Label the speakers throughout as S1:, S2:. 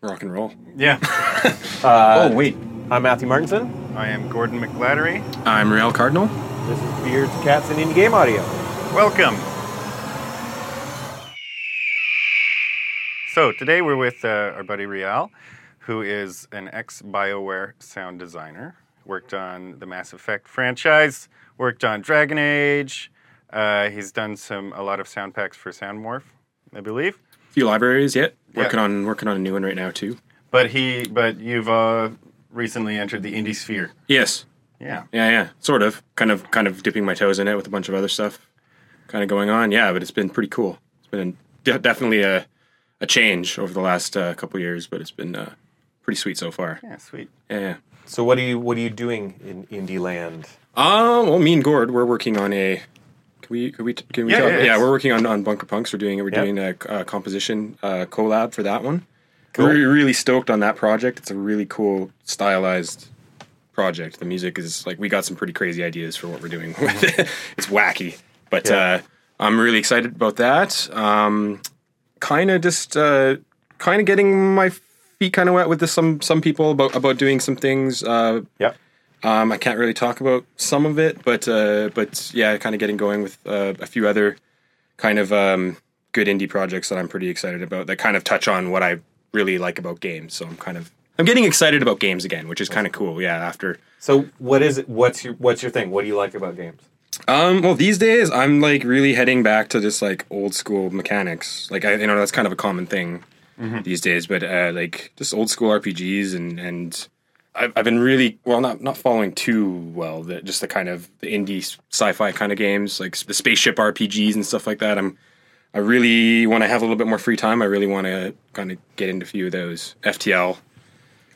S1: Rock and roll.
S2: Yeah.
S1: Uh,
S3: oh wait,
S2: I'm Matthew Martinson.
S4: I am Gordon McLattery.
S1: I'm Real Cardinal.
S2: This is Beards, Cats, and Indie Game Audio.
S4: Welcome. So today we're with uh, our buddy Rial, who is an ex BioWare sound designer. Worked on the Mass Effect franchise. Worked on Dragon Age. Uh, he's done some a lot of sound packs for Soundmorph, I believe.
S1: Few libraries yet.
S4: Yeah.
S1: Working on working on a new one right now too.
S4: But he, but you've uh, recently entered the indie sphere.
S1: Yes.
S4: Yeah.
S1: Yeah, yeah. Sort of. Kind of kind of dipping my toes in it with a bunch of other stuff kind of going on. Yeah, but it's been pretty cool. It's been de- definitely a a change over the last uh, couple years, but it's been uh, pretty sweet so far.
S4: Yeah. Sweet.
S1: Yeah. yeah.
S2: So what are you what are you doing in Indie Land?
S1: Um, well, me and Gord, we're working on a. Can we? Can we? Can we?
S4: Yeah,
S1: tell-
S4: yeah, it's-
S1: we're working on, on Bunker Punks. We're doing. We're
S2: Yep.
S1: doing a, uh composition uh, collab for that one.
S2: Cool.
S1: We're really stoked on that project. It's a really cool stylized project. The music is like we got some pretty crazy ideas for what we're doing with it. It's wacky, but
S2: Yeah.
S1: uh, I'm really excited about that. Um, kind of just uh, kind of getting my feet kind of wet with this, some some people about about doing some things. Uh,
S2: Yep.
S1: um, I can't really talk about some of it, but uh, but yeah, kind of getting going with uh, a few other kind of um, good indie projects that I'm pretty excited about that kind of touch on what I really like about games. So I'm kind of I'm getting excited about games again, which is kind of cool. Yeah, after
S2: So what is it? What's your what's your thing? What do you like about games?
S1: um, well, these days I'm like really heading back to just like old school mechanics. Like I, you know, that's kind of a common thing these days. But uh, like just old school RPGs and and I've, I've been really well not not following too well the just the kind of the indie s- sci-fi kind of games like s- the spaceship RPGs and stuff like that. I'm I really want to have a little bit more free time. I really want to kind of get into a few of those FTL.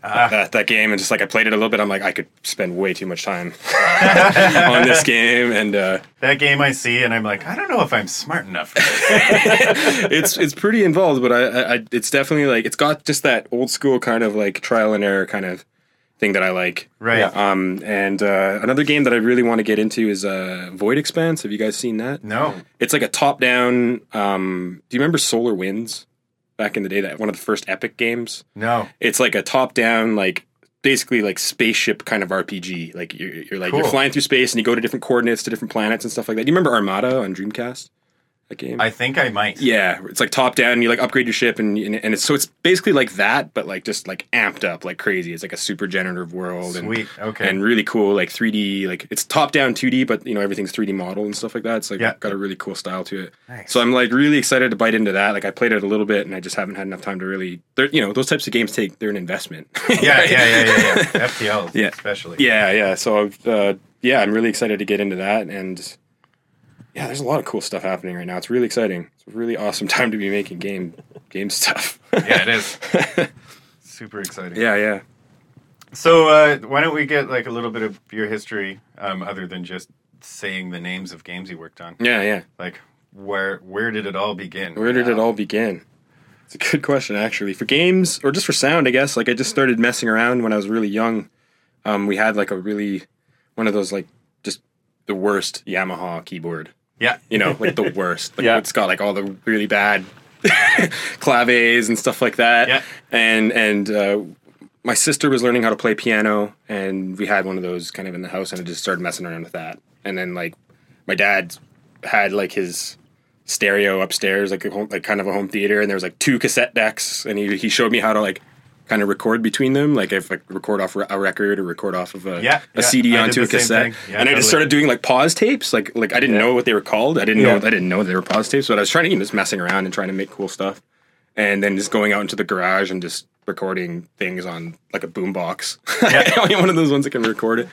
S1: That, that game and just like I played it a little bit, I'm like I could spend way too much time on this game and uh,
S4: That game I see, and I'm like, I don't know if I'm smart enough. For this.
S1: it's it's pretty involved, but I, I, I it's definitely like it's got just that old school kind of like trial and error kind of thing that I like.
S4: Right.
S2: Yeah.
S1: Um, and uh, another game that I really want to get into is uh, Void Expanse. Have you guys seen that?
S4: No.
S1: It's like a top-down. Um, do you remember Solar Winds? Back in the day, that one of the first Epic games.
S4: No.
S1: It's like a top-down, like basically like spaceship kind of RPG. Like you're, you're like you're
S4: Cool.
S1: flying through space and you go to different coordinates to different planets and stuff like that. Do you remember Armada on Dreamcast? That game.
S4: I think I might.
S1: Yeah, it's like top down. You like upgrade your ship, and and, and it's, so it's basically like that, but like just like amped up, like crazy. It's like a super generative world, and
S4: Sweet. Okay.
S1: and really cool, like 3D. Like it's top down 2D, but you know everything's 3D model and stuff like that. It's like
S4: Yeah.
S1: got a really cool style to it.
S4: Nice.
S1: So I'm like really excited to bite into that. Like I played it a little bit, and I just haven't had enough time to really. They're, you know those types of games take they're an investment.
S4: yeah, yeah, yeah, yeah, yeah. FTLs,
S1: Yeah.
S4: especially.
S1: Yeah, yeah. So uh, yeah, I'm really excited to get into that, and yeah, there's a lot of cool stuff happening right now. It's really exciting. It's a really awesome time to be making game game stuff.
S4: Yeah, it is. Super exciting.
S1: yeah, yeah.
S4: So uh, why don't we get like a little bit of your history, um, other than just saying the names of games you worked on?
S1: Yeah, yeah.
S4: Like where where did it all begin?
S1: Mm. Where did it all begin? It's a good question, actually. For games, or just for sound, I guess. Like, I just started messing around when I was really young. Um, we had like a really one of those like just the worst Yamaha keyboard.
S4: Yeah.
S1: You know, like the worst. Like,
S2: Yeah.
S1: It's got like all the really bad claves and stuff like that.
S4: Yeah.
S1: And and uh, my sister was learning how to play piano, and we had one of those kind of in the house, and I just started messing around with that. And then like my dad had like his stereo upstairs, like a home, like kind of a home theater, and there was like two cassette decks, and he he showed me how to like kind of record between them, like if like record off a record or record off of a,
S4: Yeah,
S1: a
S4: yeah,
S1: CD
S4: I did
S1: onto
S4: the
S1: a
S4: same
S1: cassette,
S4: thing. Yeah,
S1: and I just
S4: totally.
S1: started doing like pause tapes, like like I didn't know what they were called, I didn't
S2: Yeah.
S1: know I didn't know they were pause tapes, but I was trying to you know, just messing around and trying to make cool stuff, and then just going out into the garage and just recording things on like a boombox, one of those ones that can record it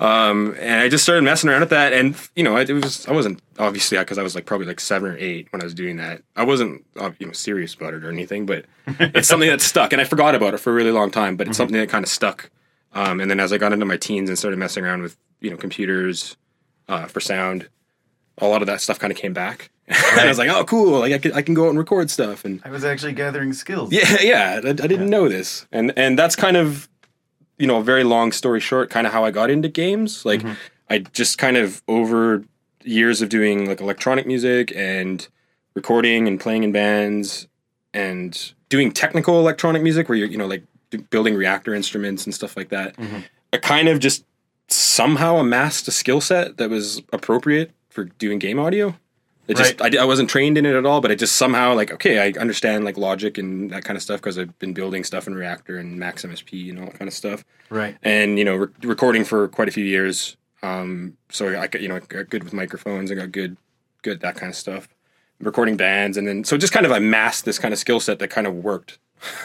S1: Um, and I just started messing around with that. And you know, it was I wasn't obviously because I was like probably like seven or eight when I was doing that. I wasn't uh, you know serious about it or anything, but it's something that stuck, and I forgot about it for a really long time. But it's something that kind of stuck. Um, and then as I got into my teens and started messing around with you know computers uh, for sound, a lot of that stuff kind of came back. and I was like, oh, cool! Like I can, I can go out and record stuff and
S4: I was actually gathering skills.
S1: yeah, yeah. I, I didn't know this, and and that's kind of, you know, a very long story short, kind of how I got into games. Like, I just kind of over years of doing like electronic music and recording and playing in bands and doing technical electronic music where you're, you know, like d- building reactor instruments and stuff like that. I kind of just somehow amassed a skill set that was appropriate for doing game audio. It just I, di- I wasn't trained in it at all, but I just somehow like okay, I understand like logic and that kind of stuff because I've been building stuff in Reactor and Max MSP and all that kind of stuff
S5: Right.
S1: and you know re- recording for quite a few years um so i got you know I got good with microphones i got good good that kind of stuff recording bands and then so just kind of amassed this kind of skill set that kind of worked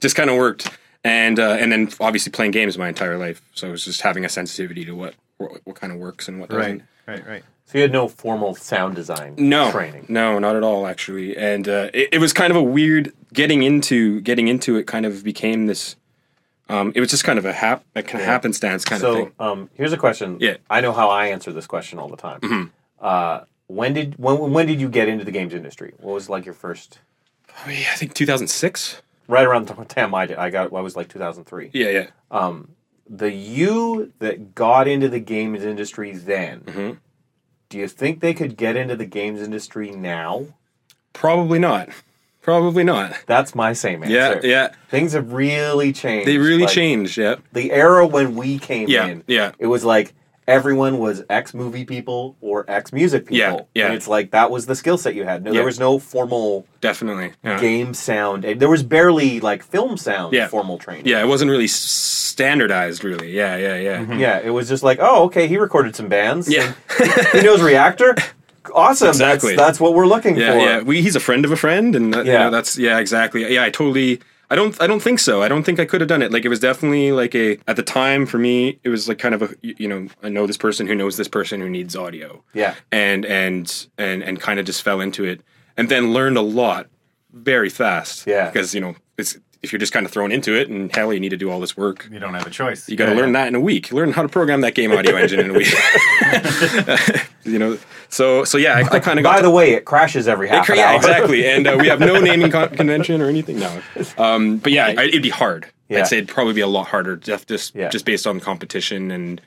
S1: just kind of worked and uh, and then obviously playing games my entire life so it was just having a sensitivity to what what, what kind of works and what
S5: Right.
S1: doesn't
S4: Right, right.
S2: So you had no formal sound design
S1: no
S2: training.
S1: no not at all actually and uh, it, it was kind of a weird getting into getting into it kind of became this um, it was just kind of a hap a kind of happenstance kind of
S2: So
S1: thing
S2: um, here's a question.
S1: Yeah. Mm-hmm.
S2: I know how I answer this question all the time. Uh, when did when when did you get into the games industry? What was like your first?
S1: Oh, yeah, I think 2006.
S2: Right around the time I did, I got I was like 2003.
S1: Yeah, yeah.
S2: The you that got into the games industry then.
S1: Mm-hmm.
S2: Do you think they could get into the games industry now?
S1: Probably not. Probably not.
S2: That's my same answer.
S1: Yeah, yeah.
S2: Things have really changed.
S1: They really
S2: Like,
S1: changed. Yeah.
S2: The era when we came
S1: Yeah,
S2: in,
S1: yeah.
S2: it was like everyone was ex movie people or ex music people.
S1: Yeah, yeah.
S2: And it's like that was the skill set you had. No,
S1: Yeah.
S2: there was no formal
S1: Definitely. Yeah.
S2: game sound. and There was barely like film sound
S1: Yeah.
S2: formal training.
S1: Yeah, it wasn't really s- standardized, really. Yeah, yeah, yeah.
S2: Hmm. Yeah, it was just like, oh, okay, he recorded some bands.
S1: Yeah.
S2: he knows Reactor. Awesome.
S1: Exactly.
S2: That's, that's what we're looking
S1: Yeah,
S2: for.
S1: yeah. We, he's a friend of a friend, and uh, you
S2: Yeah.
S1: know, that's yeah, exactly. Yeah, I totally. I don't. I don't think so. I don't think I could have done it. Like it was definitely like a at the time for me, it was like kind of a you you know I know this person who knows this person who needs audio.
S2: Yeah.
S1: and and and and kind of just fell into it and then learned a lot very fast
S2: Yeah.
S1: because you know it's if you're just kind of thrown into it and hell you need to do all this work
S4: You don't have a choice.
S1: you got to learn that in a week learn how to program that game audio engine in a week you know so so yeah i, I kind of got
S2: By the way, it crashes every half an
S1: yeah
S2: hour.
S1: exactly and uh, we have no naming con- convention or anything no um, but yeah I, it'd be hard
S2: Yeah.
S1: i'd say it'd probably be a lot harder just just,
S2: Yeah.
S1: just based on competition and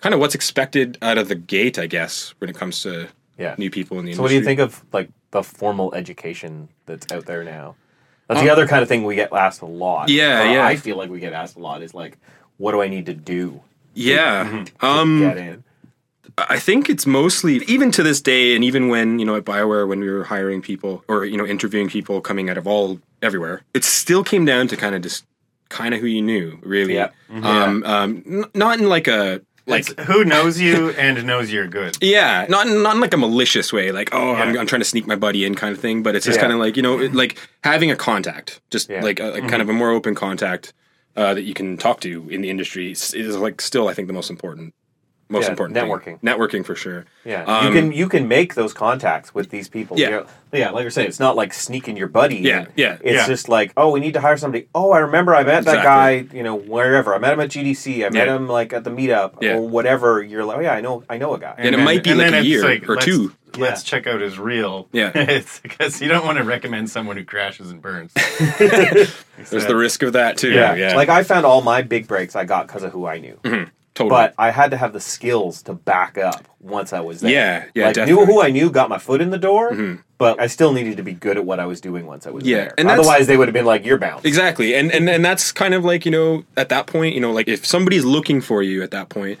S1: kind of what's expected out of the gate i guess when it comes to
S2: Yeah.
S1: new people in the industry
S2: So what do you think of like the formal education that's out there now? That's the other kind of thing we get asked a lot.
S1: Um, Yeah,
S2: Or
S1: yeah.
S2: I feel like we get asked a lot is like, what do I need to do
S1: Yeah.
S2: to
S1: Um,
S2: get in?
S1: I think it's mostly, even to this day, and even when, you know, at BioWare, when we were hiring people or, you know, interviewing people coming out of all everywhere, it still came down to kind of just kind of who you knew, really.
S2: Yeah. Mm-hmm.
S1: Um, um, n- not in like a, like,
S4: It's who knows you and knows you're good.
S1: yeah, not in, not in like a malicious way, like oh, I'm, I'm trying to sneak my buddy in kind of thing. But it's just
S2: Yeah.
S1: kind of like you know, it, like having a contact, just
S2: Yeah.
S1: like a, like kind of a more open contact uh, that you can talk to in the industry is, is like still, I think, the most important, most
S2: Yeah,
S1: important
S2: networking.
S1: thing. networking for sure.
S2: Yeah,
S1: Um,
S2: you can you can make those contacts with these people.
S1: Yeah.
S2: You know, yeah. Like you're saying, it's not like sneaking your buddy.
S1: Yeah,
S2: in.
S1: yeah,
S2: It's
S4: yeah.
S2: just like, oh, we need to hire somebody. Oh, I remember I met that
S1: Exactly.
S2: guy. You know, wherever I met him at GDC, I met
S1: Yeah.
S2: him like at the meetup
S1: Yeah.
S2: or whatever. You're like, oh yeah, I know, I know a guy.
S1: And it might be like
S4: then
S1: a
S4: it's
S1: year or
S4: let's-
S1: two.
S4: Let's check out his reel.
S1: Yeah.
S4: it's because you don't want to recommend someone who crashes and burns.
S1: There's the risk of that too. Yeah, yeah.
S2: Like I found all my big breaks I got because of who I knew.
S1: totally.
S2: but I had to have the skills to back up once I was there.
S1: Yeah, yeah,
S2: like,
S1: definitely. Mm-hmm.
S2: knew who I knew, got my foot in the door, but I still needed to be good at what I was doing once I was
S1: Yeah,
S2: there.
S1: and that's-
S2: Otherwise, they would have been like, "You're bound."
S1: Exactly. And, and and that's kind of like, you know, at that point, you know, like if somebody's looking for you at that point,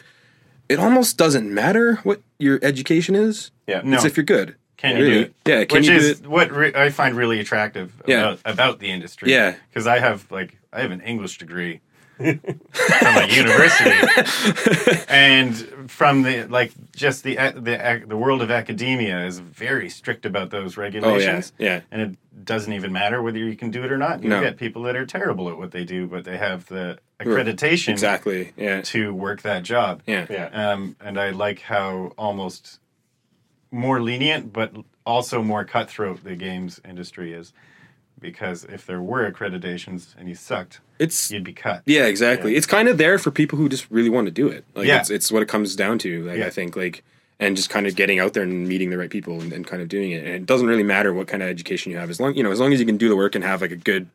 S1: it almost doesn't matter what your education is.
S2: Yeah.
S4: No.
S1: It's if you're good.
S4: Can
S1: Really.
S4: you do it?
S1: Yeah, can
S4: Which
S1: you do
S4: is
S1: it?
S4: what re- I find really attractive
S1: Yeah.
S4: about, about the industry.
S1: Yeah.
S4: Because I have like I have an English degree from a university, and from the like just the ac- the ac- the world of academia is very strict about those regulations.
S1: Oh, yeah.
S4: And it doesn't even matter whether you can do it or not. You
S1: No.
S4: get people that are terrible at what they do, but they have the accreditation
S1: Exactly. Yeah.
S4: to work that job.
S1: Yeah.
S2: Yeah.
S4: Um, and I like how almost more lenient, but also more cutthroat the games industry is. Because if there were accreditations and you sucked,
S1: It's
S4: you'd be cut.
S1: yeah, exactly. It's kind of there for people who just really want to do it. Like
S4: Yeah.
S1: it's it's what it comes down to, like
S4: Yeah.
S1: I think like and just kind of getting out there and meeting the right people and, and kind of doing it. And it doesn't really matter what kind of education you have as long, you know, as long as you can do the work and have like a good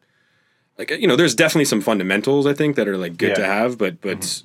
S1: like you know, there's definitely some fundamentals I think that are like good
S2: Yeah.
S1: to
S2: Mm-hmm.
S1: have, but but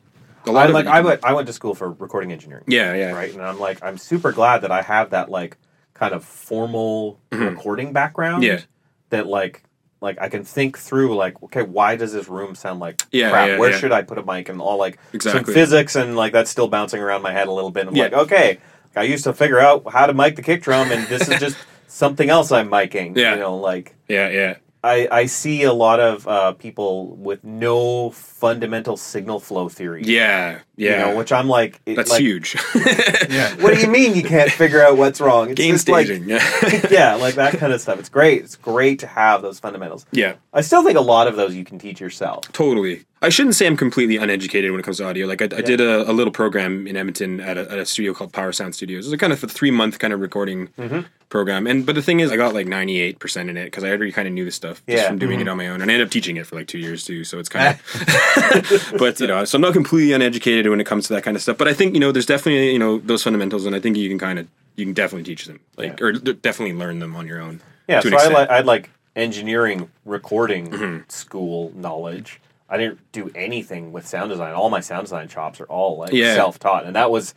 S1: a
S2: I
S1: lot of
S2: like
S1: it-
S2: I went I went to school for recording engineering.
S1: Yeah, yeah.
S2: Right, and I'm like, I'm super glad that I have that like kind of formal recording background.
S1: Mm-hmm. Yeah.
S2: That like Like I can think through like, okay, why does this room sound like
S1: Yeah,
S2: crap?
S1: yeah,
S2: Where
S1: yeah.
S2: should I put a mic and all like some
S1: Exactly.
S2: physics and like that's still bouncing around my head a little bit. I'm
S1: Yeah.
S2: like, okay, I used to figure out how to mic the kick drum and this is just something else I'm micing.
S1: Yeah.
S2: You know, like
S1: Yeah, yeah.
S2: I, I see a lot of uh, people with no fundamental signal flow theory.
S1: Yeah, yeah.
S2: You know, which I'm like, it-
S1: That's
S2: like,
S1: huge.
S4: Yeah.
S2: What do you mean you can't figure out what's wrong? It's
S1: Game
S2: just like-
S1: staging. yeah.
S2: yeah, like that kind of stuff. It's great. It's great to have those fundamentals.
S1: yeah,
S2: I still think a lot of those you can teach yourself.
S1: totally. I shouldn't say I'm completely uneducated when it comes to audio. Like I, I did a, a little program in Edmonton at a, at a studio called Power Sound Studios. It was a kind of a three month kind of recording
S2: Mm-hmm.
S1: program. And but the thing is, I got like 98 percent in it because I already kind of knew the stuff just
S2: Yeah. Mm-hmm.
S1: from doing it on my own. And I ended up teaching it for like two years too. So it's kind of. but you know, so I'm not completely uneducated when it comes to that kind of stuff. But I think you know, there's definitely you know those fundamentals, and I think you can kind of you can definitely teach them, like or d- definitely learn them on your own.
S2: Yeah,
S1: to an
S2: so I
S1: extent. Mm-hmm.
S2: like I like engineering recording school knowledge. I didn't do anything with sound design. All my sound design chops are all like
S1: Yeah.
S2: self-taught, and that was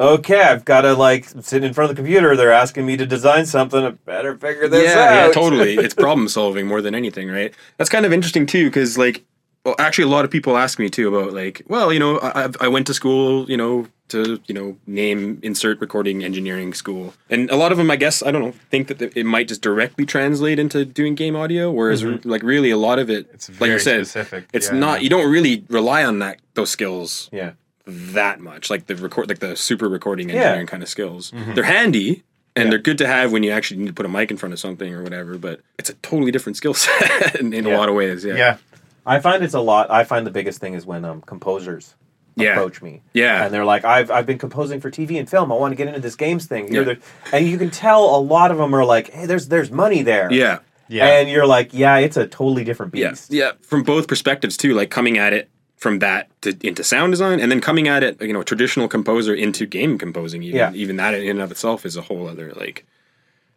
S2: okay. I've got to like sit in front of the computer. They're asking me to design something. I better figure this out.
S1: yeah, totally. It's problem solving more than anything, right? That's kind of interesting too, because like, well, actually, a lot of people ask me too about like, well, you know, I, I've- I went to school, you know, to you know, name insert recording engineering school, and a lot of them, I guess, I don't know, think that it might just directly translate into doing game audio, whereas like really a lot of it,
S4: Mm-hmm. It's
S1: like you
S4: very
S1: said,
S4: specific,
S1: it's
S4: yeah.
S1: not. You don't really rely on that those skills
S2: Yeah,
S1: that much like the record like the super recording engineering kind of skills they're handy and
S2: Mm-hmm. Yeah.
S1: they're good to have when you actually need to put a mic in front of something or whatever but it's a totally different skill set in, in a
S2: Yeah.
S1: lot of ways yeah
S4: Yeah.
S2: I find it's a lot. I find the biggest thing is when um, composers
S1: Yeah.
S2: approach me.
S1: Yeah.
S2: and they're like, "I've I've been composing for TV and film. I want to get into this games thing." You're
S1: Yeah.
S2: the- and you can tell a lot of them are like, "Hey, there's there's money there."
S1: yeah
S4: Yeah.
S2: and you're like, "Yeah, it's a totally different
S1: yeah
S2: beast."
S1: yeah from both perspectives too like coming at it from that to into sound design and then coming at it you know traditional composer into game composing even
S2: Yeah.
S1: even that in and of itself is a whole other like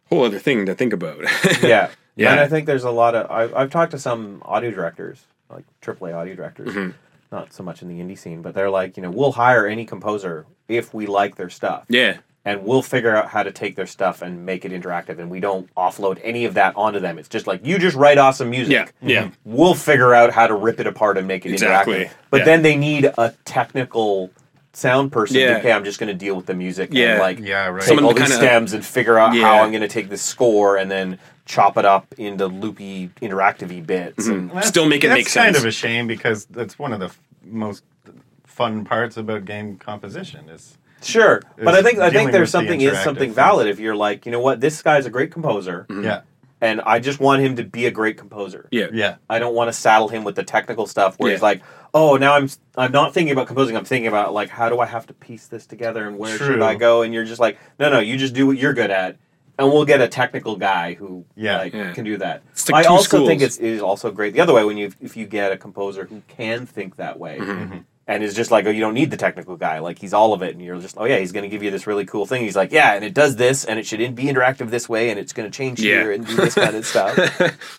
S1: whole other thing to think about
S2: yeah.
S1: Yeah.
S2: And I think there's a lot of I've, I've talked to some audio directors, like AAA audio directors,
S1: Mm-hmm.
S2: not so much in the indie scene, but they're like, you know, we'll hire any composer if we like their stuff,
S1: yeah
S2: and we'll figure out how to take their stuff and make it interactive, and we don't offload any of that onto them. It's just like you just write awesome music.
S1: Yeah,
S4: Mm-hmm.
S1: yeah.
S2: We'll figure out how to rip it apart and make it
S1: Exactly,
S2: interactive. But
S1: yeah.
S2: then they need a technical sound person.
S1: Yeah.
S2: Okay, I'm just going to deal with the music.
S1: Yeah.
S2: And like,
S4: Yeah, right.
S2: take
S1: Someone
S2: all these
S1: kinda-
S2: stems and figure out
S1: Yeah.
S2: how I'm going to take this score and then chop it up into loopy, interactivey bits. and-
S4: Well, that's-
S1: Still make it make
S4: That's kind
S1: sense.
S4: of a shame because that's one of the f- most fun parts about game composition is
S2: sure, but I think I
S4: dealing
S2: think there's
S4: with the
S2: something is
S4: interactive
S2: something
S4: things.
S2: valid if you're like, you know what, this guy's a great composer,
S1: Mm.
S4: yeah,
S2: and I just want him to be a great composer.
S1: Mm-hmm. yeah
S4: yeah,
S2: I don't want to saddle him with the technical stuff where he's
S1: Yeah.
S2: like, oh, now I'm I'm not thinking about composing. I'm thinking about like how do I have to piece this together and where should
S4: True.
S2: I go? And you're just like, no, no, you just do what you're good at, and we'll get a technical guy who
S4: Yeah.
S2: like,
S1: Yeah.
S2: can do that.
S1: It's like
S2: I
S1: two
S2: also
S1: schools.
S2: think it's it is also great the other way when you if you get a composer who can think that way.
S1: Mm-hmm.
S2: And is just like, oh, you don't need the technical guy. Like he's all of it, and you're just, oh yeah, he's going to give you this really cool thing. He's like, yeah, and it does this, and it should in- be interactive this way, and it's going to change
S1: Yeah.
S2: here and do this kind of stuff.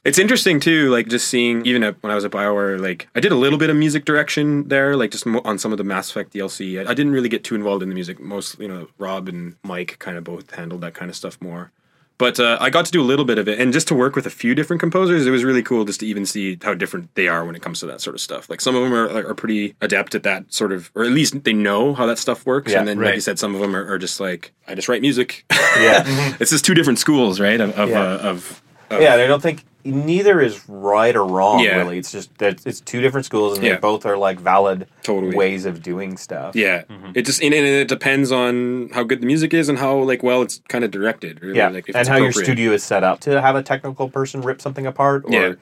S1: it's interesting too, like just seeing even at, when I was at Bioware, like I did a little bit of music direction there, like just mo- on some of the Mass Effect DLC. I, I didn't really get too involved in the music. Most, you know, Rob and Mike kind of both handled that kind of stuff more. But uh, I got to do a little bit of it, and just to work with a few different composers, it was really cool just to even see how different they are when it comes to that sort of stuff. Like some of them are, are pretty adept at that sort of, or at least they know how that stuff works.
S2: Yeah,
S1: and then, like you
S4: right.
S1: said, some of them are, are just like, I just write music.
S2: yeah.
S1: it's just two different schools, right? Of of,
S2: Yeah.
S1: uh, of, of
S2: Yeah, and I don't think neither is right or wrong.
S1: Yeah.
S2: Really, it's just that it's two different schools, and
S1: Yeah.
S2: they both are like valid
S1: Totally.
S2: ways of doing stuff.
S1: Yeah,
S2: Mm-hmm.
S1: it just and, and it depends on how good the music is and how like well it's kind of directed. Really.
S2: Yeah,
S1: like, if
S2: and
S1: it's
S2: how your
S1: appropriate.
S2: studio is set up to have a technical person rip something apart, or
S1: Yeah.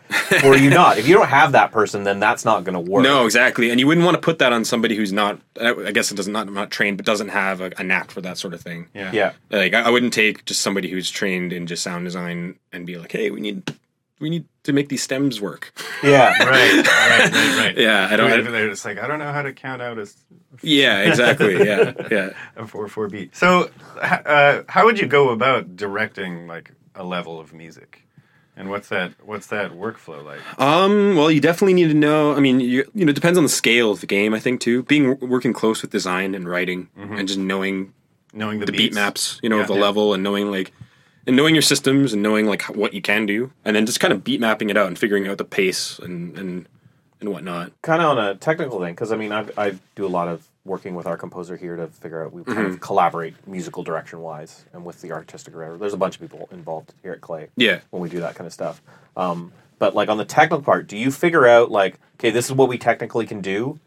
S2: or you not. If you don't have that person, then that's not going to work.
S1: No, exactly, and you wouldn't want to put that on somebody who's not. I I guess it does not not trained, but doesn't have a, a knack for that sort of thing.
S4: yeah,
S2: Yeah.
S1: Like I, I wouldn't take just somebody who's trained in just sound design and be like, hey, we need we need to make these stems work.
S2: Yeah.
S4: Right, right, right, right.
S1: Yeah, I don't.
S4: Right, they're just like I don't know how to count out as
S1: yeah, exactly. Yeah, yeah.
S4: a four four beat. So, h- uh, how would you go about directing like a level of music, and what's that? What's that workflow like?
S1: Um, well, you definitely need to know. I mean, you, you know, it depends on the scale of the game. I think too, being working close with
S2: Mm-hmm.
S1: design and writing and just knowing
S4: Knowing the,
S1: the beat
S4: beats?
S1: maps, you know,
S4: Yeah.
S1: of the
S4: Yeah.
S1: level and knowing like and knowing your systems and knowing like what you can do, and then just kind of beat mapping it out and figuring out the pace and and and whatnot.
S2: kind of on a technical thing because I mean I I do a lot of working with our composer here to figure out we kind
S1: Mm-hmm.
S2: of collaborate musical direction wise and with the artistic director. There's a bunch of people involved here at Clay.
S1: Yeah.
S2: when we do that kind of stuff. Um, but like on the technical part, do you figure out like okay this is what we technically can do,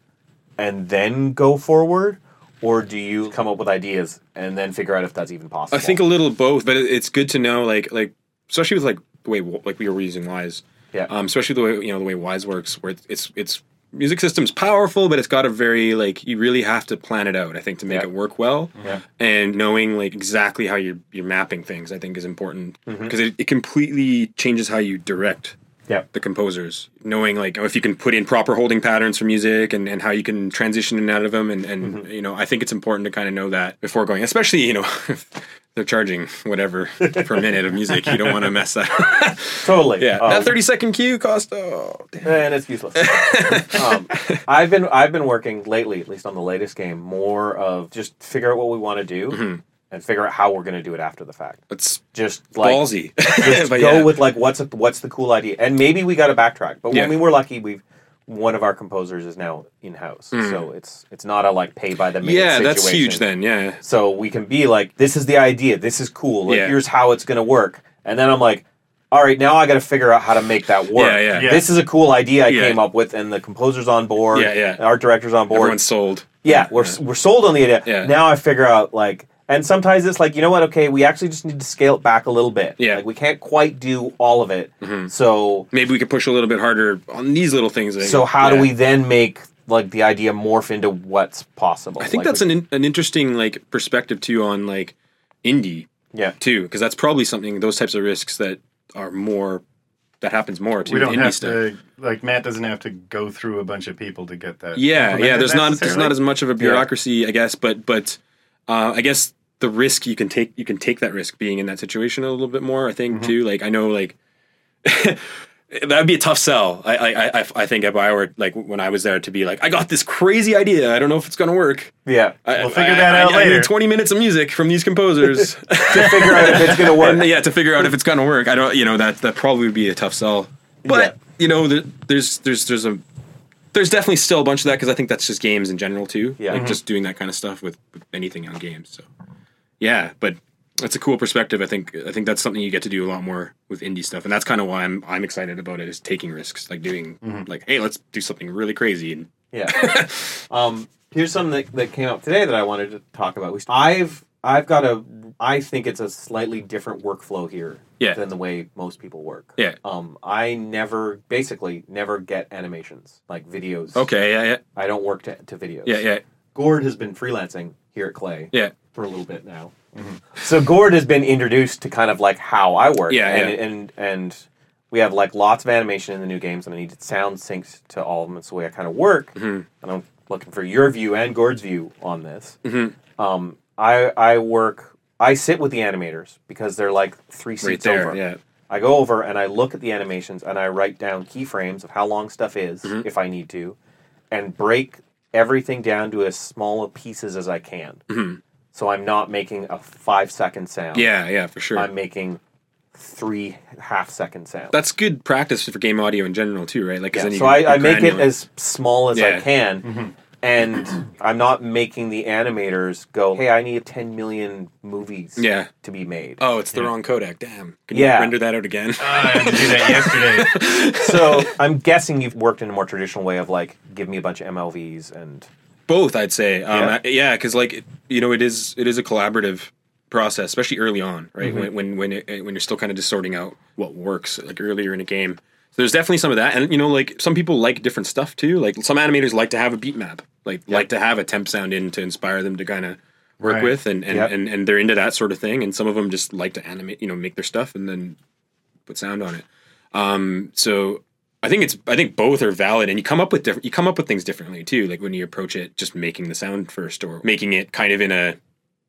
S2: and then go forward, or do you come up with ideas and then figure out if that's even possible?
S1: I think a little of both, but it, it's good to know, like, like especially with like the way w- like we were using Wise,
S2: Yeah.
S1: um, especially the way you know the way Wise works, where it's- it's it's music system's powerful, but it's got a very like you really have to plan it out. I think to make
S2: Yeah.
S1: it work well,
S2: Yeah.
S1: and knowing like exactly how you're you're mapping things, I think is important because it, it completely changes how you direct
S2: yeah.
S1: the composers, knowing like if you can put in proper holding patterns for music and, and how you can transition in and out of them, and, and
S2: Mm-hmm.
S1: you know I think it's important to kind of know that before going, especially you know if they're charging whatever per minute of music, you don't want to mess that. up.
S2: Totally.
S1: yeah,
S2: Um,
S1: that thirty second cue cost. Oh, damn.
S2: and it's useless. um, I've been I've been working lately, at least on the latest game, more of just figure out what we want to do
S1: Mm-hmm.
S2: and figure out how we're going to do it after the fact.
S1: it's
S2: Just like
S1: ballsy.
S2: just
S1: But
S2: go
S1: yeah.
S2: with like what's what's the cool idea, and maybe we got to backtrack. But
S1: Yeah.
S2: when we were lucky, we've one of our composers is now in house, so it's it's not a like pay by the minute.
S1: Hmm. yeah, that's huge.
S2: situation.
S1: Then yeah,
S2: So we can be like, this is the idea. This is cool. Like,
S1: Yeah.
S2: Here's how it's going to work. And then I'm like, all right, now I got to figure out how to make that work.
S1: Yeah, yeah.
S4: Yeah.
S2: This is a cool idea I
S1: Yeah.
S2: came up with, and the composer's on board.
S1: Yeah, yeah.
S2: and Art director's on board.
S1: everyone's sold.
S2: yeah, we're, we're sold on the idea.
S1: Yeah.
S2: Now I figure out, like, and sometimes it's like, you know what? Okay, we actually just need to scale it back a little bit.
S1: Yeah. Mm-hmm.
S2: Like, we can't quite do all of it. So,
S1: Maybe we could push a little bit harder on these little things. that-
S2: so how
S1: yeah.
S2: do we then make, like, the idea morph into what's possible?
S1: I think that's an in- an interesting like perspective too on like indie.
S2: Yeah.
S1: too, because that's probably something those types of risks that are more that happens more too.
S4: we don't
S1: in indie
S4: have
S1: stuff.
S4: to like Matt doesn't have to go through a bunch of people to get that.
S1: Yeah, yeah.
S4: implemented
S1: There's not there's not as
S4: necessarily.
S1: much of a bureaucracy, I guess, but but uh, I guess the risk you can take you can take that risk being in that situation a little bit more. I think
S4: Mm-hmm.
S1: too. Like I know like that would be a tough sell. I I I, I think if I were like when I was there to be like I got this crazy idea. I don't know if it's gonna work.
S2: Yeah.
S1: I-
S4: We'll figure
S1: I-
S4: that
S1: I-
S4: out
S1: I need
S4: later."
S1: 20 minutes of music from these composers.
S2: to figure out if it's going to work.
S1: And, yeah, to figure out if it's gonna work. I don't, you know, that that probably would be a tough sell. But you know, there, there's there's there's a there's definitely still a bunch of that because I think that's just games in general too.
S2: Yeah.
S1: like
S2: Mhm.
S1: just doing that kind of stuff with, with anything on games. So yeah, but that's a cool perspective. I think I think that's something you get to do a lot more with indie stuff, and that's kind of why I'm I'm excited about it is taking risks, like doing
S2: Mm-hmm.
S1: like hey, let's do something really crazy and
S2: Yeah. um, here's something that, that came up today that I wanted to talk about. We- I've I've got a I think it's a slightly different workflow here
S1: Yeah.
S2: than the way most people work.
S1: Yeah.
S2: Um, I never basically never get animations like videos.
S1: okay, yeah, yeah,
S2: I don't work to, to videos.
S1: yeah, yeah,
S2: Gord has been freelancing here at Clay
S1: yeah. Mm-hmm.
S2: for a little bit now. So Gord has been introduced to kind of like how I work.
S1: Yeah,
S2: and,
S1: yeah.
S2: and and we have like lots of animation in the new games, and I need sound synced to all of them. It's the way I kind of work,
S1: Mm-hmm.
S2: and I'm looking for your view and Gord's view on this.
S1: Mm-hmm.
S2: Um, I I work. I sit with the animators because they're like three
S1: Right
S2: seats
S1: there,
S2: over.
S1: yeah.
S2: I go over and I look at the animations and I write down keyframes of how long stuff is
S1: Mm-hmm.
S2: if I need to, and break everything down to as small of pieces as I can. So I'm not making a five second sound.
S1: Mm-hmm. Yeah, yeah, for sure.
S2: I'm making three half second sounds.
S1: that's good practice for game audio in general too, right? Like, 'cause
S2: Yeah,
S1: then you
S2: so
S1: can-
S2: I, I
S1: you
S2: make it
S1: granular.
S2: as small as I
S1: Yeah.
S2: can, and I'm not making the animators go, "Hey, I need 10 million movies
S1: Yeah.
S2: to be made."
S1: Oh, it's the wrong codec. Damn. Can
S2: Yeah.
S1: you render that out again?
S4: Ah, I had to do that yesterday.
S2: so I'm guessing you've worked in a more traditional way of like, give me a bunch of MLVs and
S1: Both, I'd say.
S2: Yeah.
S1: Um, yeah, because like it- you know, it is it is a collaborative process, especially early on, right?
S2: Mm-hmm.
S1: When when when, it, when you're still kind of just sorting out what works, like earlier in a game. So there's definitely some of that, and you know, like some people like different stuff too. Like some animators like to have a beat map, like like to have a temp sound in to inspire them to kind of work
S4: Right.
S1: with, and and,
S2: Yep.
S1: and and they're into that sort of thing. And some of them just like to animate, you know, make their stuff and then put sound on it. Um, so I think it's I think both are valid, and you come up with different you come up with things differently too. Like when you approach it, just making the sound first or making it kind of in a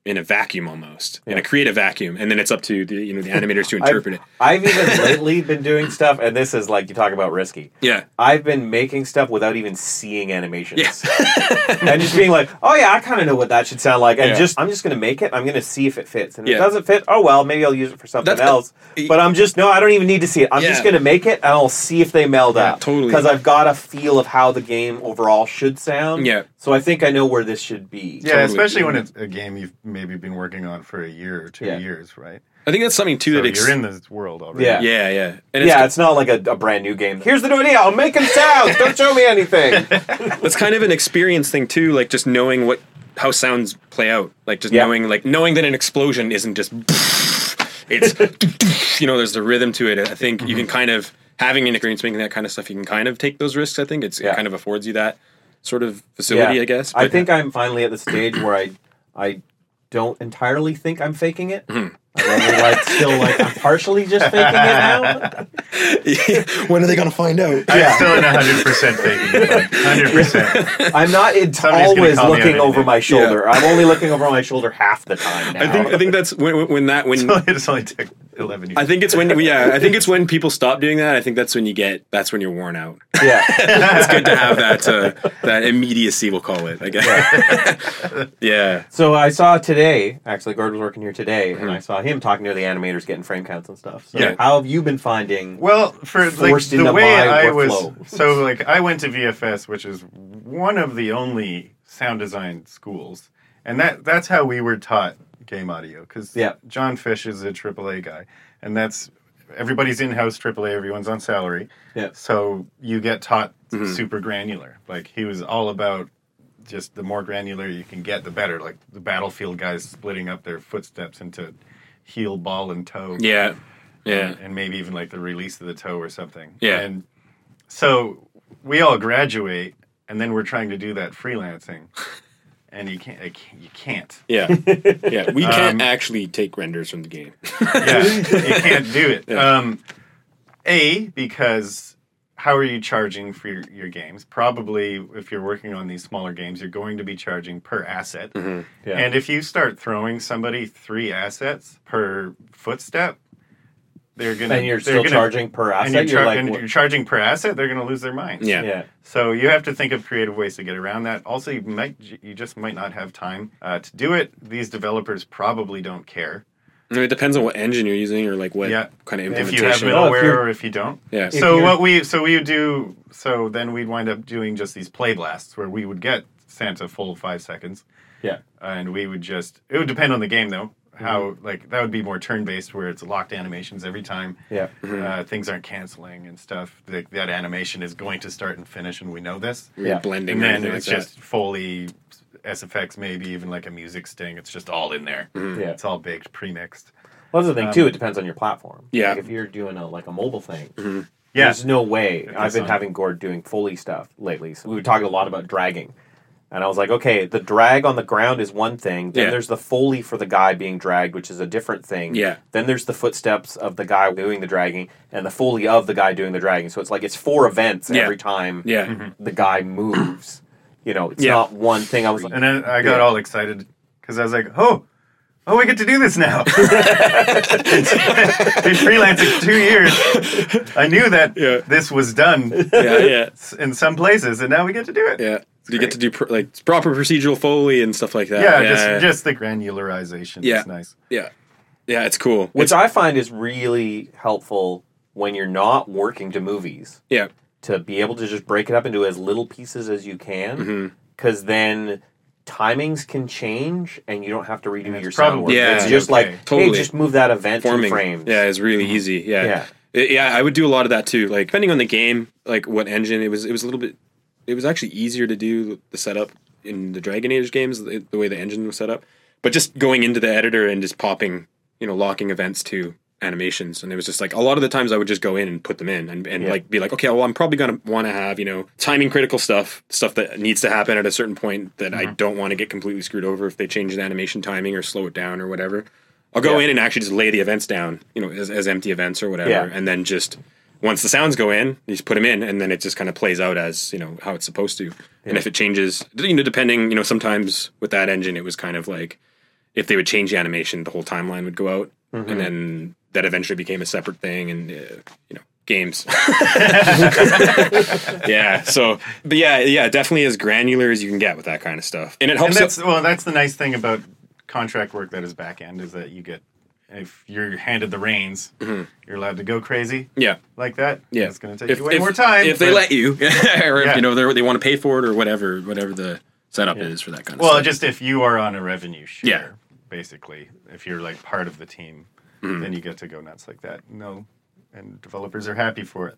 S1: in a vacuum almost in a creative vacuum, and then it's up to the you know the animators to
S2: I've-
S1: interpret it.
S2: I've even lately been doing stuff, and this is like you talk about risky.
S1: Yeah,
S2: I've been making stuff without even seeing animations.
S1: Yeah.
S2: and just being like, oh yeah, I kind of know what that should sound like, and
S1: Yeah.
S2: just I'm just gonna make it. I'm gonna see if it fits, and if
S1: Yeah.
S2: it doesn't fit, oh well, maybe I'll use it for something
S1: That's- uh,
S2: else.
S1: y-
S2: but I'm just no, I don't even need to see it. I'm just
S1: Yeah.
S2: gonna make it, and I'll see if they meld
S1: Yeah,
S2: up.
S1: totally.
S2: because I've got a feel of how the game overall should sound.
S1: Yeah.
S2: so I think I know where this should be.
S4: Yeah,
S1: Totally.
S4: especially when it's a game you've maybe been working on for a year or two
S2: Yeah.
S4: years, right?
S1: I think that's something too
S4: So
S1: that ex-
S4: you're in this world already.
S2: Yeah.
S1: yeah yeah and it's
S2: yeah, it's not like a, a brand new game. Here's the new idea. I'll make them sounds. Don't show me anything.
S1: that's kind of an experience thing too like just knowing what how sounds play out like just
S2: Yeah.
S1: knowing like knowing that an explosion isn't just it's you know there's a rhythm to it i think you
S2: Mm-hmm.
S1: can kind of having an experience making that kind of stuff you can kind of take those risks i think it's
S2: Yeah.
S1: it kind of affords you that sort of facility i guess
S2: I
S1: but-
S2: think I'm finally at the stage where I I don't entirely think I'm faking it.
S1: Hmm.
S2: I'm only, like still like I'm partially just faking it now.
S1: when are they gonna find out
S4: I'm
S2: Yeah.
S4: still in 100% faking. 100%.
S2: I'm not it's
S4: Somebody's gonna
S2: always
S4: call me on
S2: looking
S4: it,
S2: over
S4: yeah.
S2: my shoulder. I'm only looking over my shoulder half the time now.
S1: i think i think that's when, when that when
S4: it's only took 11 years.
S1: I think it's when yeah. I think it's when people stop doing that. I think that's when you get that's when you're worn out.
S2: yeah.
S1: it's good to have that uh, that immediacy. We'll call it. I guess. yeah.
S2: So I saw today, actually, Gord was working here today, and
S1: Hmm.
S2: I saw him talking to the animators getting frame counts and stuff. So
S1: Yeah.
S2: how have you been finding?
S4: Well, for like
S2: forced into
S4: the way
S2: my
S4: I
S2: workflow.
S4: was, so like I went to VFS, which is one of the only sound design schools, and that that's how we were taught game audio because
S2: Yeah.
S4: John Fish is a AAA guy, and that's everybody's in-house AAA, everyone's on salary,
S2: Yeah.
S4: so you get taught
S2: Mm-hmm.
S1: Mhm.
S4: super granular. Like he was all about just the more granular you can get, the better. Like the battlefield guys splitting up their footsteps into heel, ball, and toe
S1: Yeah. Yeah.
S4: and, and maybe even like the release of the toe or something.
S1: Yeah.
S4: And so we all graduate, and then we're trying to do that freelancing, and you can't. I can't- You can't.
S1: Yeah. Yeah. We can't
S4: Um,
S1: actually take renders from the game.
S4: Yeah, you can't do it. Um, A because how are you charging for your, your games? Probably if you're working on these smaller games, you're going to be charging per asset.
S2: Yeah.
S4: And if you start throwing somebody three assets per footstep, they're gonna
S2: And you're
S4: they're
S2: still
S4: gonna-
S2: charging per
S4: and you're,
S2: asset.
S4: char-
S2: You're like,
S4: and
S2: what-
S4: you're charging per asset, they're going to lose their minds.
S1: Yeah.
S2: yeah,
S4: So you have to think of creative ways to get around that. Also, you might you just might not have time uh, to do it. These developers probably don't care
S1: I mean, it depends on what engine you're using or like what
S4: Yeah.
S1: kind of
S4: if you have
S1: implementation.
S2: Well, if
S4: middleware
S2: you're-
S4: or if you don't.
S1: yeah.
S2: If
S4: So
S2: you're-
S4: what we so we would do so then we'd wind up doing just these play blasts where we would get Santa full five seconds.
S2: Yeah.
S4: and we would just it would depend on the game though how
S2: Mm-hmm.
S4: like that would be more turn based where it's locked animations every time.
S2: yeah.
S1: Mm-hmm.
S4: Uh, things aren't canceling and stuff. Like that animation is going to start and finish, and we know this.
S1: yeah. Blending. uh,
S4: and
S1: or
S4: then
S1: anything
S4: it's
S1: like that.
S4: just Foley, SFX, maybe even like a music sting. It's just all in there.
S1: Mm-hmm.
S2: Yeah.
S4: It's all baked, pre-mixed.
S2: Well, that's the thing too. It depends on your platform.
S1: um, Yeah. Mm-hmm.
S2: Like, if you're doing a like a mobile thing,
S4: Yeah,
S2: there's no way.
S4: that's
S2: I've been
S4: on.
S2: having Gord doing Foley stuff lately. So we were talking a lot about dragging, and I was like, okay, the drag on the ground is one thing. Then
S1: Yeah.
S2: there's the Foley for the guy being dragged, which is a different thing.
S1: Yeah.
S2: Then there's the footsteps of the guy doing the dragging and the Foley of the guy doing the dragging. So it's like it's four events
S1: Yeah.
S2: every time
S1: yeah.
S4: Mm-hmm.
S2: the guy moves. You know, it's
S1: Yeah.
S2: not one thing. I was like,
S4: And then I got
S2: Yeah.
S4: all excited because I was like, oh, oh, we get to do this now. Been freelancing for two years. I knew that
S1: Yeah.
S4: this was done
S1: Yeah. Yeah.
S4: s- in some places, and now we get to do it.
S1: Yeah. You get to do pr- like proper procedural foley and stuff like that.
S4: Yeah,
S1: yeah,
S4: just just the granularization
S1: Yeah.
S4: is nice.
S1: yeah, yeah. It's cool.
S2: which I find is really helpful when you're not working to movies.
S1: yeah,
S2: to be able to just break it up into as little pieces as you
S1: Mm-hmm.
S2: can because then timings can change and you don't have to redo
S4: it's
S2: your sound work.
S4: probably
S1: Yeah.
S2: it's just
S4: okay.
S2: like, hey,
S1: Totally.
S2: just move that event
S1: forming
S2: to frames.
S1: Yeah, it's really
S4: Mm-hmm.
S1: easy. Yeah.
S2: Yeah.
S1: yeah. Yeah, I would do a lot of that too. Like depending on the game, like what engine, it was it was a little bit it was actually easier to do the setup in the Dragon Age games the, the way the engine was set up. But just going into the editor and just popping, you know, locking events to animations and it was just like a lot of the times I would just go in and put them in and, and
S2: Yeah.
S1: like be like okay well I'm probably gonna want to have you know timing critical stuff stuff that needs to happen at a certain point that
S2: Mm-hmm.
S1: I don't want to get completely screwed over if they change the animation timing or slow it down or whatever I'll go
S2: Yeah.
S1: in and actually just lay the events down, you know, as, as empty events or whatever,
S2: Yeah.
S1: and then just once the sounds go in, you just put them in, and then it just kind of plays out as you know how it's supposed to. And if it changes, you know, depending, you know, sometimes with that engine, it was kind of like if they would change the animation, the whole timeline would go out, and then that eventually became a separate thing, and uh, you know, games. yeah. So, but yeah, yeah, definitely as granular as you can get with that kind of stuff, and it
S2: Oh,
S4: And
S1: helps.
S4: that's well, that's the nice thing about contract work that is back end is that you get if you're handed the reins, you're allowed to go crazy
S1: yeah.
S4: like that.
S1: Mm-hmm. Yeah,
S4: it's going to take you way more time.
S1: If they
S4: but-
S1: let you, or if
S4: Yeah.
S1: you know they they want to pay for it or whatever, whatever the setup is for that kind of
S4: well,
S1: stuff.
S4: just if you are on a revenue share,
S1: Yeah.
S4: basically, if you're like part of the team,
S1: Mm-hmm.
S4: then you get to go nuts like that. No, and developers are happy for it.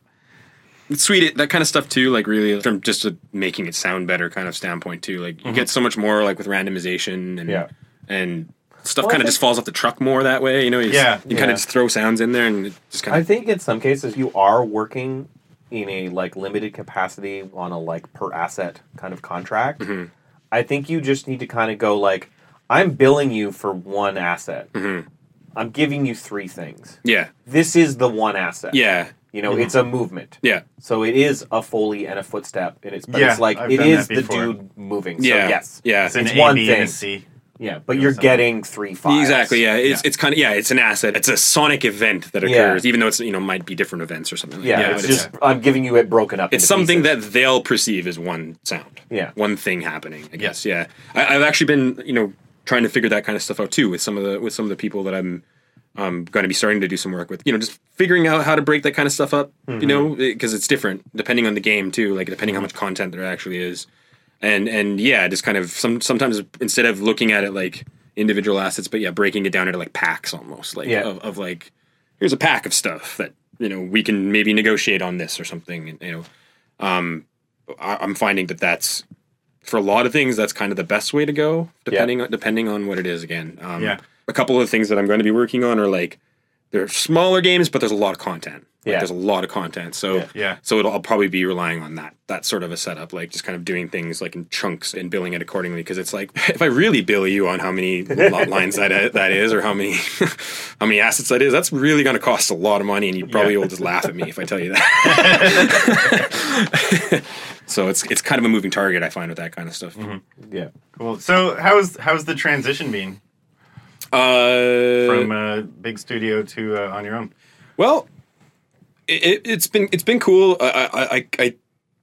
S1: It's sweet, it- that kind of stuff too. Like really, from just a making it sound better kind of standpoint too. Like you
S4: Mm-hmm.
S1: get so much more like with randomization and
S2: Yeah.
S1: and stuff
S2: Well, I
S1: kind of
S2: think-
S1: just falls off the truck more that way. You know, you just-
S4: Yeah,
S1: you kind
S2: yeah.
S1: of just throw sounds in there and it just kind
S2: I
S1: of
S2: think in some cases you are working in a like limited capacity on a like per asset kind of contract.
S1: Mm-hmm.
S2: I think you just need to kind of go like, I'm billing you for one asset.
S1: Mm-hmm.
S2: I'm giving you three things.
S1: yeah,
S2: This is the one asset.
S1: yeah,
S2: You know, it's a movement.
S1: yeah.
S2: So it is a foley and a footstep, and it's but
S4: Yeah,
S2: it's like
S4: I've
S2: it
S4: done
S2: is
S4: that
S2: the
S4: before.
S2: dude moving. So
S1: Yeah.
S2: yes.
S1: Yeah.
S4: It's an
S2: It's
S4: A,
S2: one
S4: B,
S2: thing.
S4: and a C.
S2: Yeah. But
S4: It
S2: you're
S4: was, uh,
S2: getting three files.
S1: Exactly. Yeah. It's
S4: Yeah.
S1: it's kind of yeah. It's an asset. It's a sonic event that
S2: Yeah.
S1: occurs, even though it's you know might be different events or something. Like
S2: Yeah.
S1: that, but
S2: it's
S1: it's-
S2: just I'm giving you it broken up.
S1: it's
S2: into
S1: something
S2: pieces.
S1: that they'll perceive as one sound.
S2: Yeah.
S1: One thing happening, I guess. Yeah. I, I've actually been, you know, trying to figure that kind of stuff out too with some of the with some of the people that I'm um, going to be starting to do some work with. You know, just figuring out how to break that kind of stuff up.
S2: Mm-hmm.
S1: You know, because it's different depending on the game too. Like depending how much content there actually is, and and yeah, just kind of some sometimes instead of looking at it like individual assets, but yeah, breaking it down into like packs almost, like
S2: Yeah.
S1: of, of like here's a pack of stuff that you know we can maybe negotiate on this or something. And, you know, I, I'm finding that that's for a lot of things that's kind of the best way to go, depending on depending on what it is. Again, um,
S4: Yeah.
S1: A couple of things that I'm going to be working on are like they're smaller games, but there's a lot of content. Like,
S2: Yeah.
S1: there's a lot of content. So
S4: Yeah.
S1: so it'll, I'll probably be relying on that that sort of a setup, like just kind of doing things like in chunks and billing it accordingly. Because it's like if I really bill you on how many lot lines that that is, or how many how many assets that is, that's really going to cost a lot of money, and you probably will just laugh at me if I tell you that. so it's it's kind of a moving target, I find with that kind of stuff.
S2: Yeah.
S4: Cool. So how's how's the transition been
S1: Uh,
S4: from uh, big studio to uh, on your own?
S1: Well, it, it, it's been it's been cool. I, I, I, I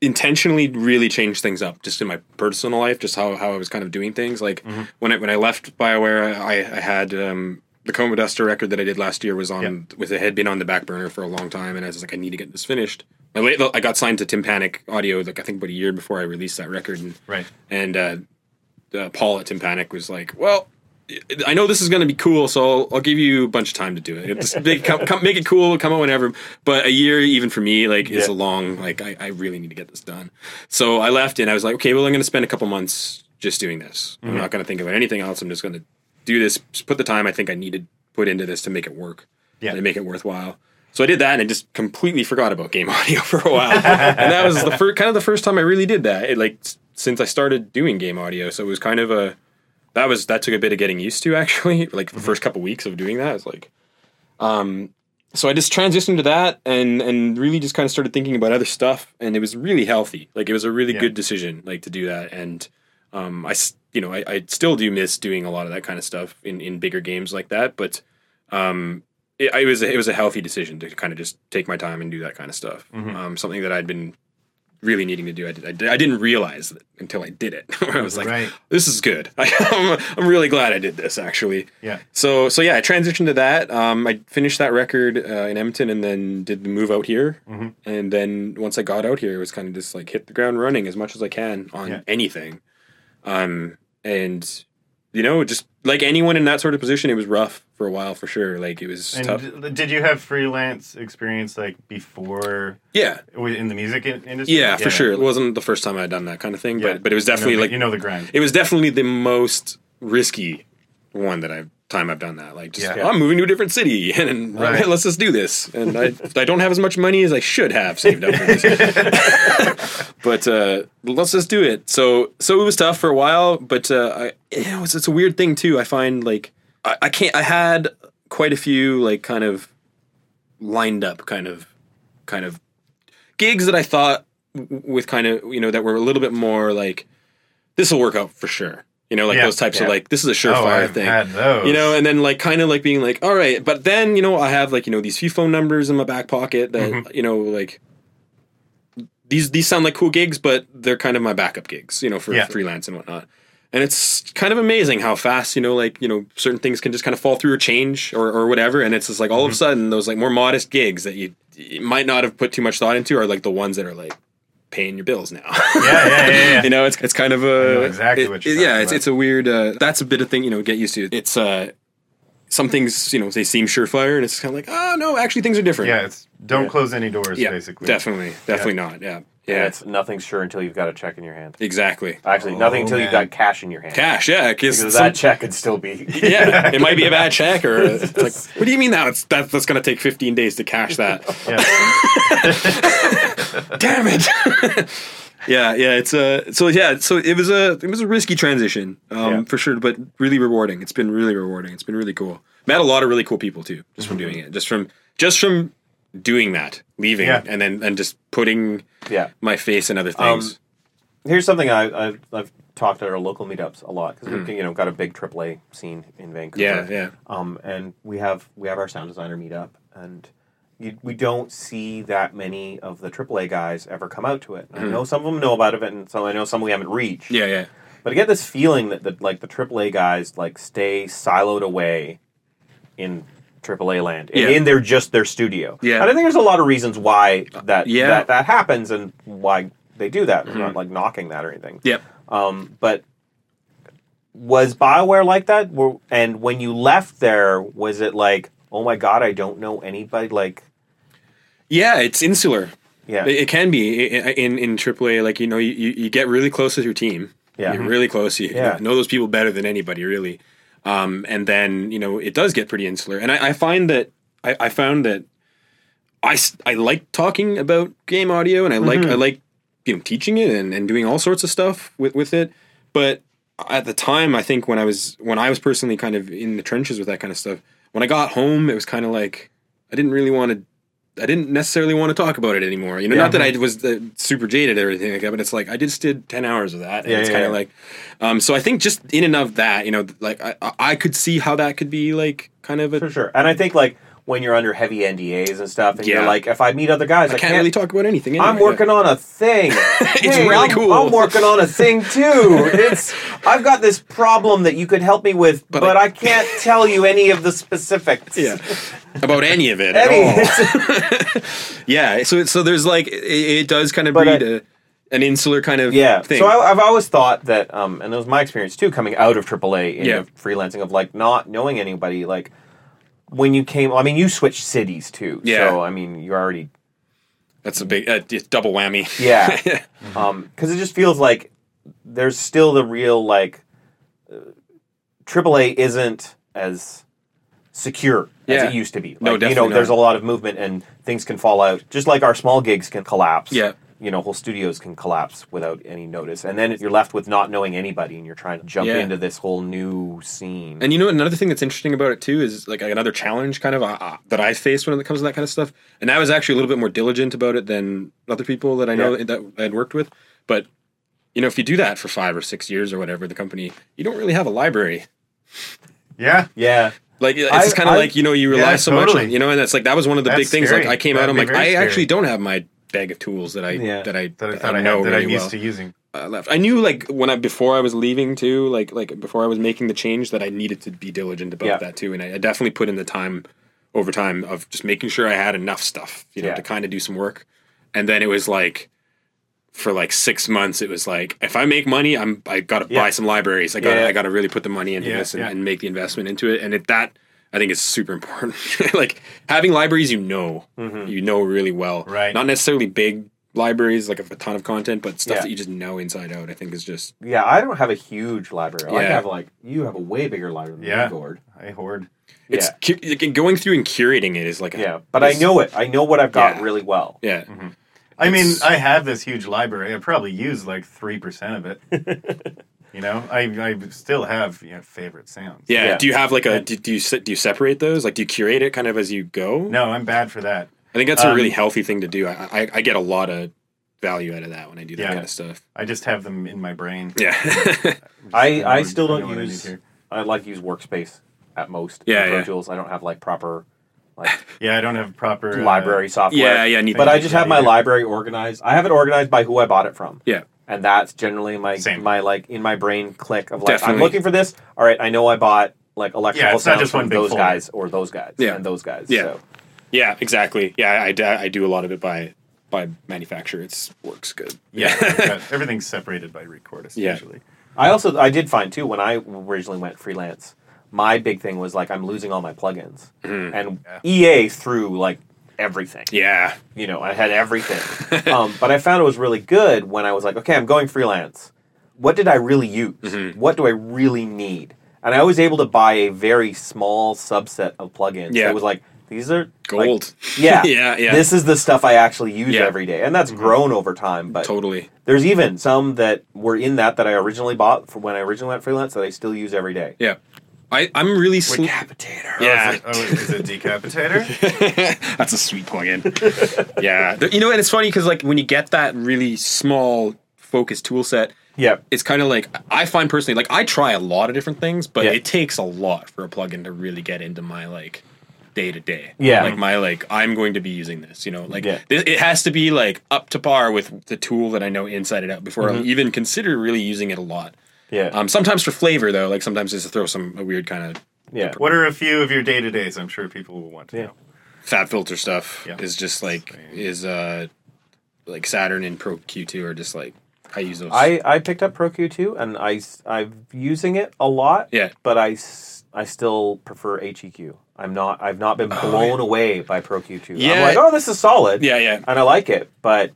S1: intentionally really changed things up just in my personal life, just how, how I was kind of doing things. Like when I, when I left Bioware, I, I had um, the Coma Duster record that I did last year was on with it had been on the back burner for a long time, and I was like, I need to get this finished. I, late, I got signed to Tim Panic Audio like I think about a year before I released that record, and
S4: Right.
S1: and uh, uh, Paul at Timpanic was like, "Well, I know this is going to be cool, so I'll, I'll give you a bunch of time to do it. Just make, come, come, make it cool, come on whenever. But a year, even for me, like is a long. Like I, I really need to get this done. So I left, and I was like, okay, well, I'm going to spend a couple months just doing this. I'm not going to think about anything else. I'm just going to do this. Just put the time I think I need to put into this to make it work.
S4: Yeah.
S1: and make it worthwhile. So I did that, and I just completely forgot about game audio for a while. and that was the first, kind of the first time I really did that. It, like s- since I started doing game audio, so it was kind of a that was that took a bit of getting used to actually like
S4: Mm-hmm.
S1: the first couple weeks of doing that I was like um so i just transitioned to that and and really just kind of started thinking about other stuff and it was really healthy like it was a really
S4: Yeah.
S1: good decision like to do that and um i s- you know I, I still do miss doing a lot of that kind of stuff in in bigger games like that but um it, it was a- it was a healthy decision to kind of just take my time and do that kind of stuff
S4: Mm-hmm.
S1: um something that i'd been really needing to do i, did, I, did, I didn't realize it until i did it i was like
S4: right.
S1: this is good. I, am I'm really glad I did this actually.
S4: Yeah.
S1: So so yeah, I transitioned to that. Um, I finished that record uh, in Edmonton and then did the move out here.
S4: Mhm.
S1: And then once I got out here, it was kind of just like hit the ground running as much as I can on
S4: Yeah.
S1: anything. Um, and you know, just like anyone in that sort of position, it was rough for a while for sure. Like it was
S4: And
S1: tough.
S4: d- did you have freelance experience like before
S1: Yeah,
S4: in the music in- industry?
S1: yeah, for sure. It wasn't the first time I'd done that kind of thing,
S4: Yeah.
S1: but but it was definitely
S4: you know, the-
S1: like
S4: you know the grind.
S1: it was definitely the most risky one that I've time I've done that. Like, just,
S4: Yeah.
S1: I'm moving to a different city, and, and
S4: Right.
S1: let's just do this. And I, I don't have as much money as I should have saved up for this, but uh, let's just do it. So, so it was tough for a while, but uh, I, you know, it's, it's a weird thing too. I find like I, I can't. I had quite a few like kind of lined up kind of kind of gigs that I thought w- with kind of you know that were a little bit more like this will work out for sure. You know, like
S4: Yeah,
S1: those types
S2: yeah.
S1: of like this is a
S4: Oh,
S1: surefire
S4: I've
S1: thing.
S4: had those.
S1: You know, and then like kind of like being like, all right, but then you know I have like you know these few phone numbers in my back pocket that you know like these these sound like cool gigs, but they're kind of my backup gigs, you know, for
S4: Yeah.
S1: freelance and whatnot. And it's kind of amazing how fast you know like you know certain things can just kind of fall through or change or or whatever, and it's just like all of a sudden those like more modest gigs that you, you might not have put too much thought into are like the ones that are like paying your bills now.
S4: yeah, yeah, yeah, yeah.
S1: you know, it's it's kind of a
S4: know exactly
S1: it-
S4: what you're
S1: it-
S4: talking
S1: yeah. It's
S4: about.
S1: it's a weird. Uh, that's a bit of thing. You know, get used to. It's uh, some things you know they seem surefire, and it's kind of like oh no, actually things are different.
S4: Yeah, it's don't close any doors,
S1: yeah,
S4: basically.
S1: definitely, definitely not. Yeah,
S2: Yeah,
S1: yeah,
S2: it's nothing's sure until you've got a check in your hand.
S1: exactly.
S2: Actually, nothing
S4: Oh,
S2: until you've
S4: man.
S2: got cash in your hand.
S1: Cash, yeah, 'cause
S2: Because
S1: some-
S2: that check could still be.
S1: yeah, it might be a bad check, or it's like, what do you mean now? It's that, that's going to take 15 days to cash that.
S4: Yeah.
S1: Damn it! yeah, yeah, it's uh, so yeah, so it was a it was a risky transition, um,
S2: Yeah.
S1: for sure, but really rewarding. It's been really rewarding. It's been really cool. Met a lot of really cool people too, just from doing it, just from just from doing that, leaving,
S4: Yeah.
S1: and then and just putting
S2: yeah.
S1: my face in other things.
S2: Here's something I, I've, I've talked at our local meetups a lot because we've you know got a big AAA scene in Vancouver.
S1: Mm. yeah, yeah,
S2: Um, and we have we have our sound designer meetup, and you, we don't see that many of the AAA guys ever come out to it.
S1: Mm.
S2: I know some of them know about it, and so I know some we haven't reached.
S1: yeah, yeah.
S2: But I get this feeling that the, like the AAA guys like stay siloed away in AAA land
S1: Yeah.
S2: in their just their studio.
S1: Yeah.
S2: And I think there's a lot of reasons why that
S1: yeah. Mm-hmm.
S2: that, that happens and why they do that. We're not like knocking that or anything.
S1: Yep.
S2: Um, but was Bioware like that? Were, and when you left there, was it like, oh my god, I don't know anybody? Like,
S1: Yeah, it's insular.
S2: yeah,
S1: It, it can be I- I- in in AAA. Like you know, you, you you get really close with your team.
S2: Yeah.
S1: you're really close. You
S2: Yeah.
S1: know those people better than anybody, really. Um, and then you know it does get pretty insular. And I, I find that I, I found that I, s- I like talking about game audio, and I like
S2: Mm-hmm.
S1: I like you know teaching it and, and doing all sorts of stuff with with it. But at the time, I think when I was when I was personally kind of in the trenches with that kind of stuff, when I got home, it was kind of like I didn't really want to I didn't necessarily want to talk about it anymore. You know, not that I was uh, super jaded or anything like that, but it's like I just did ten hours of that, and
S2: Yeah,
S1: it's
S2: yeah,
S1: kind of
S2: yeah.
S1: like, um. So I think just in and of that, you know, th- like I, I- I could see how that could be like kind of a
S2: for sure. And I think like when you're under heavy NDAs and stuff, and you're
S1: Yeah.
S2: like, if I meet other guys, I,
S1: I can't really talk about anything.
S2: I'm
S1: anyway.
S2: working on a thing. it's
S1: really
S2: I'm,
S1: cool.
S2: I'm working on a thing too. It's I've got this problem that you could help me with, but,
S1: But
S2: I,
S1: I-
S2: can't tell you any of the specifics.
S1: yeah, about any of it. at
S2: Any,
S1: all. Yeah. So so there's like it, it does kind of
S2: But
S1: breed
S2: I-
S1: a, an insular kind of
S2: yeah.
S1: thing.
S2: So I, I've always thought that, um, and it was my experience too, coming out of AAA into
S1: Yeah.
S2: freelancing of like not knowing anybody. Like when you came, I mean, you switched cities too.
S1: Yeah.
S2: So I mean, you already
S1: That's a big uh, d- double whammy.
S2: Yeah. Um 'cause because it just feels like there's still the real like uh, AAA isn't as secure as
S1: Yeah.
S2: it used to be. Like,
S1: No,
S2: you know,
S1: definitely
S2: there's a
S1: not.
S2: lot of movement and things can fall out. Just like our small gigs can collapse.
S1: Yeah.
S2: You know, whole studios can collapse without any notice, and then you're left with not knowing anybody, and you're trying to jump
S1: Yeah.
S2: into this whole new scene.
S1: And you know another thing that's interesting about it too is like another challenge kind of uh, uh, that I faced when it comes to that kind of stuff. And I was actually a little bit more diligent about it than other people that I know
S2: Yeah.
S1: that I had worked with. But you know, if you do that for five or six years or whatever, the company you don't really have a library.
S4: yeah.
S2: yeah,
S1: Like it's
S2: I-
S1: just kind of
S2: I-
S1: like you know you rely
S4: yeah,
S1: so much
S4: totally.
S1: on you know, and that's like that was one of the big
S4: That's
S1: things. Like
S4: scary.
S1: I came out,
S4: That'd
S1: I'm
S4: be
S1: like
S4: very
S1: I
S4: scary.
S1: actually don't have my bag of tools that I
S2: Yeah.
S1: that I
S4: That I thought I,
S1: know
S4: had, that
S1: really
S4: I'm used
S1: well.
S4: to using.
S1: I left. I knew like when I before I was leaving too, like like before I was making the change that I needed to be diligent about
S2: Yeah.
S1: that too, and I, I definitely put in the time over time of just making sure I had enough stuff, you know,
S2: Yeah.
S1: to kind of do some work. And then it was like for like six months, it was like if I make money, I'm I gotta
S2: Yeah.
S1: buy some libraries. I gotta
S2: Yeah.
S1: I gotta really put the money into
S4: Yeah,
S1: this and,
S4: yeah.
S1: and make the investment into it. And it, that I think is super important. like having libraries, you know,
S2: Mm-hmm.
S1: you know really well,
S4: Right.
S1: Not necessarily big libraries like a ton of content, but stuff
S2: Yeah.
S1: that you just know inside out. I think is just
S2: yeah. I don't have a huge library. I
S1: Yeah.
S2: have like you have a way bigger library than
S4: Yeah.
S2: me, Gord.
S4: I hoard.
S1: it's cu- like, going through and curating it is like a,
S2: Yeah, Mm-hmm. but I
S1: is-
S2: know it. I know what I've got
S1: Yeah.
S2: really well.
S1: yeah
S4: I mean,
S1: It's-
S4: I have this huge library. I probably use like three percent of it. you know, I I still have you know, favorite sounds.
S1: yeah
S2: Yeah.
S1: do you have like a do, do you se- do you separate those like do you curate it kind of as you go
S4: No, I'm bad for that.
S1: I think that's a
S4: Um,
S1: really healthy thing to do I, I I get a lot of value out of that when I do that
S4: Yeah.
S1: kind of stuff.
S4: I just have them in my brain.
S1: Yeah.
S2: I, I
S4: Just
S2: still
S4: know
S2: don't
S4: what I need
S2: use.
S4: here.
S2: I like use Workspace at most. in
S1: Yeah,
S2: Pro
S1: yeah.
S2: Tools. I don't have like proper like
S4: Yeah, I don't have proper uh,
S2: library software.
S1: yeah, yeah, I need
S2: But
S1: that.
S2: I just have my library organized. I have it organized by who I bought it from.
S1: yeah.
S2: and that's generally my
S4: Same.
S2: my like in my brain click of like I'm
S1: Definitely.
S2: looking for this. All right, I know I bought like electrical
S4: Yeah, it's not
S2: sound
S4: just
S2: from
S4: one big
S2: those
S4: folder.
S2: guys or those guys
S1: Yeah.
S2: and those guys.
S1: Yeah.
S2: So
S1: Yeah, exactly. Yeah, I, I- I do a lot of it by by manufacturer. It's works good.
S4: Yeah, I've got- everything's separated by Recordist
S1: Yeah.
S4: usually.
S2: I also I did find too when I originally went freelance, my big thing was like I'm losing all my plugins
S4: Mm-hmm.
S2: and EA threw like everything.
S1: Yeah.
S2: You know, I had everything. um, but I found it was really good when I was like, okay, I'm going freelance. What did I really use?
S1: Mm-hmm.
S2: What do I really need? And I was able to buy a very small subset of plugins.
S1: Yeah.
S2: It was like, these are like,
S1: Gold.
S2: yeah.
S1: yeah, yeah.
S2: This is the stuff I actually use
S1: Yeah. Mm-hmm.
S2: every day. And that's grown over time. But
S1: totally.
S2: there's even some that were in that that I originally bought for when I originally went freelance that I still use every day.
S1: Yeah. I, I'm really sl-
S2: Decapitator.
S1: Yeah.
S4: Oh, is it decapitator?
S1: That's a sweet plugin. yeah. The- You know, and it's funny because like when you get that really small focused tool set,
S2: Yeah.
S1: it's kind of like I find personally like I try a lot of different things, but
S2: Yeah.
S1: it takes a lot for a plugin to really get into my like day to day.
S2: Yeah.
S1: Like my like I'm going to be using this, you know, like
S2: Yeah.
S1: thi- it has to be like up to par with the tool that I know inside and out before I'll
S2: Mm-hmm.
S1: even consider really using it a lot.
S2: Yeah.
S1: Um, sometimes for flavor though, like sometimes just to throw some a weird kind of
S2: yeah.
S4: what are a few of your day to days? I'm sure people will want to
S2: Yeah.
S4: know.
S1: fat filter stuff
S4: Yeah.
S1: is just like
S4: Same.
S1: is uh like Saturn and Pro Q2 are just like I use those.
S2: I, I picked up ProQ too, and I am using it a lot.
S1: Yeah.
S2: but I, s- I still prefer HEQ. I'm not I've not been blown away by ProQ two. I'm
S1: Oh, Yeah.
S2: like, oh, this is solid.
S1: yeah, yeah.
S2: and I like it, but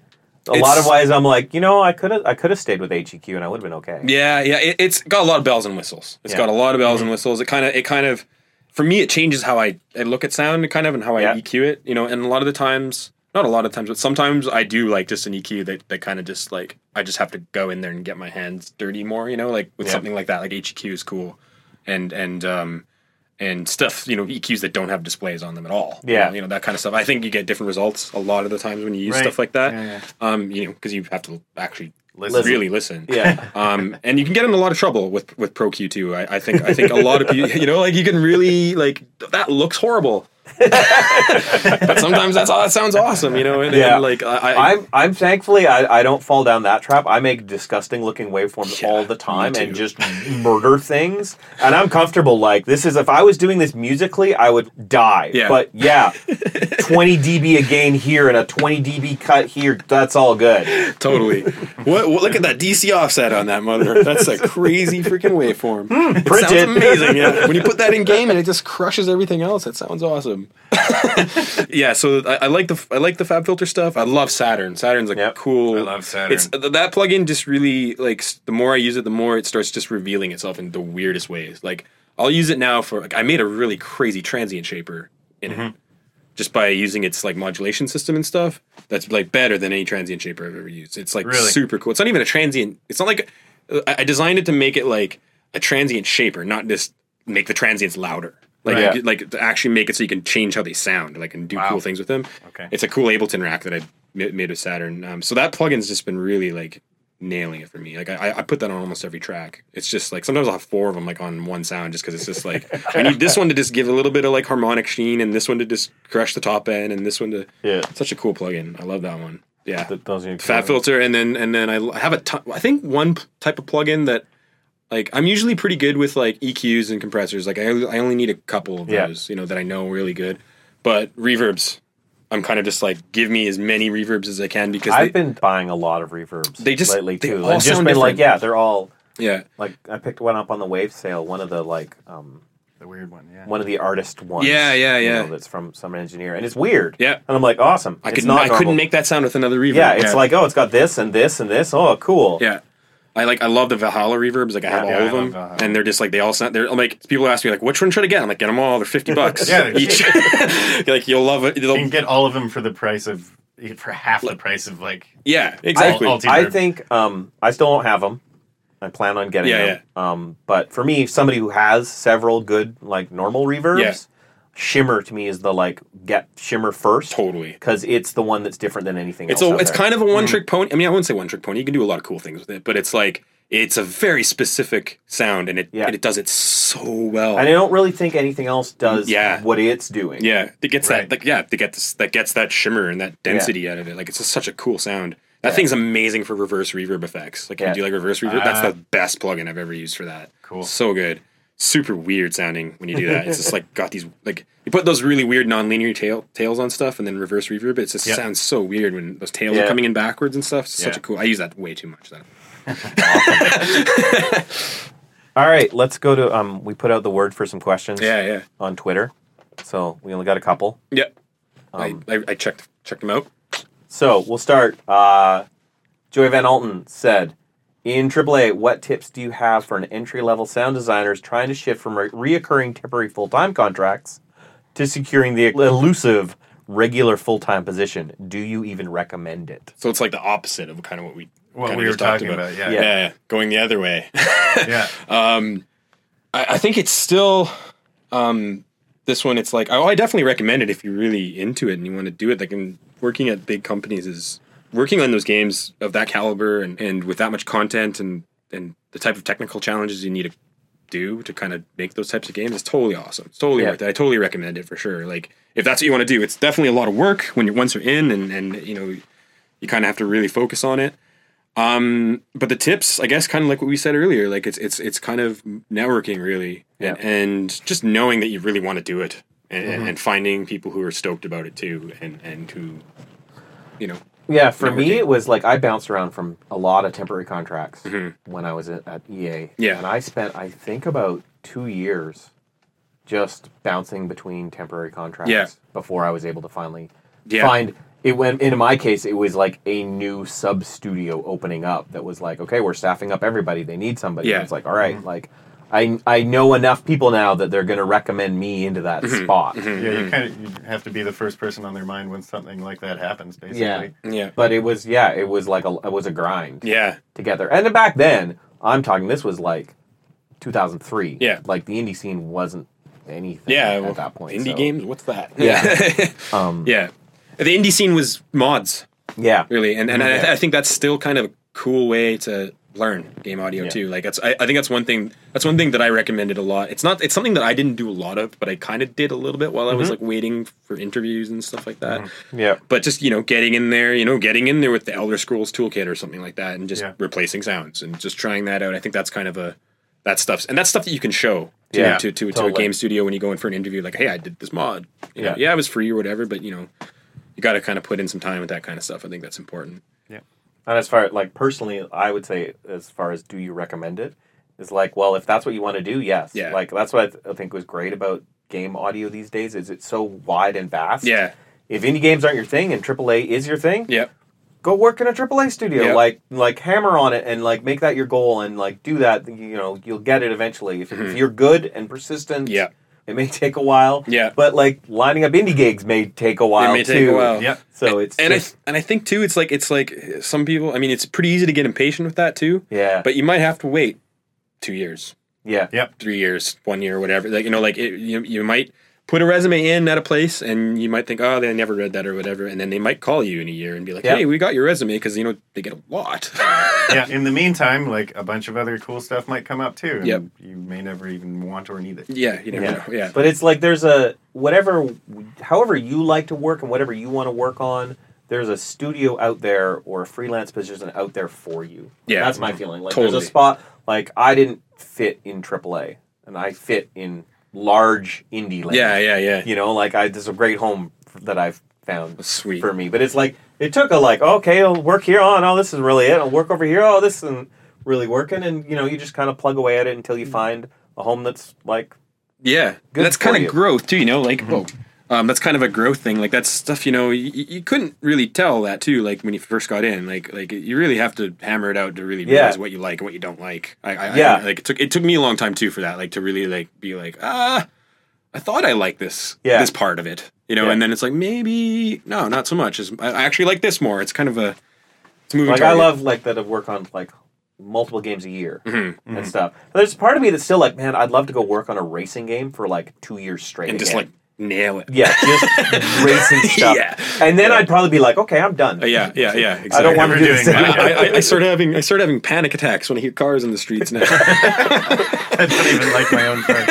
S2: a lot of
S1: It's-
S2: ways I'm like, you know, I could have I could have stayed with HEQ and I would have been okay.
S1: Yeah, yeah. It, it's got a lot of bells and whistles. It's
S2: Yeah. Mm-hmm.
S1: got a lot of bells and whistles. It kind of, it kind of, for me, it changes how I, I look at sound, kind of, and how I
S2: Yeah.
S1: EQ it. You know, and a lot of the times, not a lot of times, but sometimes I do like just an EQ that that kind of just like I just have to go in there and get my hands dirty more. You know, like with
S2: Yeah.
S1: something like that, like HEQ is cool, and and um. And stuff, you know, EQs that don't have displays on them at all. You
S2: Yeah.
S1: know, you know, that kind of stuff. I think you get different results a lot of the times when you use
S4: Right.
S1: stuff like that.
S4: Yeah, yeah.
S1: Um, you know, because you have to actually
S4: Listen.
S1: really listen
S2: Yeah.
S1: um, and you can get in a lot of trouble with with Pro Q two. I, I think I think a lot of people, you know, like you can really like that looks horrible, but sometimes that's that sounds awesome, you know. And,
S2: Yeah.
S1: and like I, I,
S2: I'm I'm thankfully I, I don't fall down that trap. I make disgusting looking waveforms
S1: Yeah,
S2: all the
S1: me
S2: time
S1: too.
S2: and just murder things. And I'm comfortable like this is if I was doing this musically, I would die.
S1: Yeah.
S2: But yeah, 20 dB a gain here and a 20 dB cut here, that's all good.
S1: totally. what, what- Look at that DC offset on that mother. That's a crazy freaking waveform. it
S2: print
S1: sounds
S2: it.
S1: amazing. Yeah. when you put that in game and it just crushes everything else, it sounds awesome. yeah. So I, I like the I like the Fab Filter stuff. I love Saturn. Saturn's a
S2: Yep.
S1: cool.
S4: I love Saturn.
S1: It's th- that plugin just really like s- the more I use it, the more it starts just revealing itself in the weirdest ways. Like I'll use it now for like, I made a really crazy transient shaper in
S2: Mm-hmm.
S1: it just by using its like modulation system and stuff. That's like better than any transient shaper I've ever used. It's like
S4: Really?
S1: super cool. It's not even a transient. It's not like uh, I I designed it to make it like a transient shaper, not just make the transients louder. Like,
S4: Right.
S1: you- like to actually make it so you can change how they sound, like and do
S4: Wow.
S1: cool things with them.
S4: Okay.
S1: It's a cool Ableton rack that I ma- made with Saturn. Um, so that plugin's just been really like nailing it for me. Like I, I put that on almost every track. It's just like sometimes I'll have four of them like on one sound just because it's just like I need this one to just give a little bit of like harmonic sheen and this one to just crush the top end and this one to
S2: Yeah.
S1: such a cool plugin. I love that one. Yeah,
S2: Th- Those are your
S1: Fat filter and then and then I l- I have a ton, I think one p- type of plugin that like I'm usually pretty good with like EQs and compressors. Like I I only need a couple of
S2: Yeah.
S1: those, you know, that I know really good. But reverbs, I'm kind of just like give me as many reverbs as I can because
S2: I've
S1: they,
S2: been buying a lot of reverbs
S1: They just-
S2: lately
S1: they
S2: too.
S1: all
S2: and just
S1: sound
S2: been like,
S1: different.
S2: yeah, they're all
S1: yeah.
S2: like I picked one up on the wave sale, one of the like um
S4: The weird one, yeah.
S2: one of the artist ones.
S1: Yeah, yeah,
S2: you
S1: yeah.
S2: know, that's from some engineer, and it's weird.
S1: Yeah.
S2: and I'm like, awesome.
S1: I
S2: it's
S1: could
S2: not
S1: not I couldn't
S2: normal.
S1: make that sound with another reverb.
S2: Yeah, it's like oh, it's got this and this and this. Oh, cool.
S1: Yeah. I like I love the Valhalla reverbs. Like I have
S4: Yeah,
S1: all
S4: I
S1: of them,
S4: love Valhalla.
S1: and they're just like they all sound. They're I'm like people ask me like which one should I get? I'm like get them all. They're fifty bucks
S4: Yeah, they're
S1: each. like you'll love it.
S4: You can
S1: They'll,
S4: get all of them for the price of for half the price of like
S1: yeah, exactly.
S4: all- all
S2: I
S4: Reverb.
S2: think um, I still don't have them. I plan on getting
S1: Yeah,
S2: them. Um, but for me, somebody who has several good like normal reverbs, Shimmer to me is the like get Shimmer first
S1: Totally.
S2: because it's the one that's different than anything
S1: It's
S2: else.
S1: a,
S2: out
S1: it's
S2: there.
S1: kind of a one trick pony. I mean, I wouldn't say one trick pony. You can do a lot of cool things with it, but it's like it's a very specific sound, and it
S2: Yeah.
S1: and it does it so well.
S2: and I don't really think anything else does
S1: Yeah.
S2: what it's doing.
S1: yeah, it gets
S4: Right.
S1: that. Like, yeah, it gets that gets that shimmer and that density out of it. Like it's just such a cool sound. That thing's amazing for reverse reverb effects. Like if
S2: Yeah.
S1: you do like reverse reverb, that's
S4: Ah.
S1: the best plugin I've ever used for that.
S4: Cool.
S1: so good. Super weird sounding when you do that. It's just like got these like you put those really weird nonlinear tail tails on stuff and then reverse reverb. It just
S4: Yeah.
S1: sounds so weird when those tails
S2: Yeah.
S1: are coming in backwards and stuff. It's such
S4: Yeah.
S1: a cool. I use that way too much. That
S2: All right, let's go to. Um, we put out the word for some questions.
S1: yeah yeah
S2: On Twitter, so we only got a couple.
S1: yeah.
S2: Um,
S1: I, I, I checked checked them out.
S2: So we'll start. Uh, Joey Van Alten said, "In AAA, what tips do you have for an entry-level sound designer is trying to shift from re- reoccurring temporary full-time contracts to securing the elusive regular full-time position? Do you even recommend it?"
S1: So it's like the opposite of kind of what we
S4: What
S1: kinda
S4: we were
S1: just talked
S4: talking about, yeah.
S1: yeah
S2: Yeah.
S1: yeah going the other way.
S4: yeah.
S1: I, I think it's still um, this one. It's like oh, I definitely recommend it if you're really into it and you want to do it. Like and working at big companies is working on those games of that caliber and, and with that much content and and the type of technical challenges you need to do to kind of make those types of games is totally awesome. It's totally
S2: Yeah.
S1: worth it. I totally recommend it for sure. Like if that's what you want to do, it's definitely a lot of work when you're once you're in and and you know you kind of have to really focus on it. Um, but the tips, I guess, kind of like what we said earlier, like it's it's it's kind of networking really,
S2: Yeah.
S1: and, and just knowing that you really want to do it, and, and finding people who are stoked about it too, and and who, you know,
S2: Yeah, for me
S1: Networking.
S2: it was like I bounced around from a lot of temporary contracts when I was at, at EA.
S1: Mm-hmm. Yeah.
S2: and I spent I think about two years just bouncing between temporary contracts
S1: Yeah.
S2: before I was able to finally
S1: Yeah.
S2: find it. When in my case, it was like a new sub studio opening up that was like, okay, we're staffing up everybody. They need somebody.
S1: Yeah. Mm-hmm.
S2: And It's like all right, like I I know enough people now that they're going to recommend me into that
S1: Mm-hmm.
S2: spot.
S4: Yeah, you kind of you have to be the first person on their mind when something like that happens, basically.
S2: Yeah.
S1: yeah,
S2: But it was yeah, it was like a it was a grind.
S1: yeah,
S2: together. And back then, I'm talking. This was like 2003.
S1: Yeah.
S2: like the indie scene wasn't anything.
S1: yeah.
S2: at
S1: well,
S2: that point,
S1: indie
S2: so-
S1: games, what's that?
S2: Yeah. Um, yeah,
S1: yeah. The indie scene was mods,
S2: yeah,
S1: really and and
S2: Yeah.
S1: I, I think that's still kind of a cool way to learn game audio
S2: Yeah.
S1: too like that's I, I think that's one thing that's one thing that i recommended a lot it's not it's something that i didn't do a lot of but i kind of did a little bit while i was
S2: Mm-hmm.
S1: like waiting for interviews and stuff like that
S2: yeah,
S1: but just you know getting in there you know getting in there with the elder scrolls toolkit or something like that and just
S4: Yeah.
S1: replacing sounds and just trying that out i think that's kind of a that stuff's and that's stuff that you can show to
S2: Yeah,
S1: to, to, to a
S2: totally.
S1: game studio when you go in for an interview like hey i did this mod you know,
S2: Yeah.
S1: yeah it was free or whatever but you know you got to kind of put in some time with that kind of stuff i think that's important
S2: And as far like personally, I would say as far as do you recommend it is like, well, if that's what you want to do, yes.
S1: Yeah.
S2: Like that's what I, th- I think was great about game audio these days is it's so wide and vast.
S1: yeah
S2: If indie games aren't your thing and AAA is your thing,
S1: Yeah,
S2: go work in a AAA studio.
S1: Yeah.
S2: Like like hammer on it and like make that your goal and like do that. You know, you'll get it eventually if, if you're good and persistent.
S1: Mm-hmm. Yeah.
S2: It may take a while.
S1: Yeah.
S2: But like lining up indie gigs may take a while.
S1: may take
S2: too.
S1: a while.
S4: Yep.
S2: So it's
S1: and I
S2: just,
S1: th- and I think too, it's like it's like some people. I mean, it's pretty easy to get impatient with that too.
S2: yeah.
S1: But you might have to wait two years,
S2: yeah.
S4: Yep.
S1: three years, one year, whatever. Like you know, like it, you you might put a resume in at a place, and you might think, oh, they never read that or whatever, and then they might call you in a year and be like,
S2: Yeah.
S1: hey, we got your resume because you know they get a lot.
S4: yeah. In the meantime, like a bunch of other cool stuff might come up too. and
S1: Yep.
S4: You may never even want or need it.
S1: yeah, you never
S2: Yeah.
S1: know. Yeah,
S2: But it's like there's a whatever, however you like to work and whatever you want to work on. There's a studio out there or a freelance position out there for you.
S1: Yeah.
S2: that's my feeling. Like there's
S1: Totally.
S2: a spot. Like I didn't fit in AAA, and I fit in large indie land.
S1: yeah, yeah, yeah.
S2: You know, like I there's a great home that I've found
S1: Sweet.
S2: for me. But it's like it took a like okay, I'll work here on. Oh, this is really it. I'll work over here. Oh, this isn't really working. And you know, you just kind of plug away at it until you
S1: Mm.
S2: find a home that's like
S1: Yeah,
S2: Good
S1: that's
S2: for
S1: kind
S2: you. Mm-hmm.
S1: of growth too. You know, like oh, um, that's kind of a growth thing. Like that's stuff you know you, you couldn't really tell that too. Like when you first got in, like like you really have to hammer it out to really
S2: Yeah.
S1: realize what you like and what you don't like. I, I
S2: Yeah.
S1: I, like it took it took me a long time too for that. Like to really like be like ah, I thought I liked this
S2: Yeah.
S1: this part of it. You know,
S2: Yeah.
S1: and then it's like maybe no, not so much. It's, I I actually like this more. It's kind of a it's a moving.
S2: like I
S1: target.
S2: love like that I work on like multiple games a year
S1: Mm-hmm.
S4: Mm-hmm.
S2: and stuff. There's part of me that's still like, man, I'd love to go work on a racing game for like two years straight
S1: and just
S2: again.
S1: like nail it.
S2: Yeah, just racing stuff.
S1: Yeah.
S2: And then I'd probably be like, okay, I'm done.
S1: Uh, yeah, yeah, yeah. Exactly.
S2: I don't want to do
S4: Never
S2: this
S4: doing that.
S2: anymore.
S1: I, I, I start having I start having panic attacks when I hear cars in the streets now.
S4: I don't even like my own car.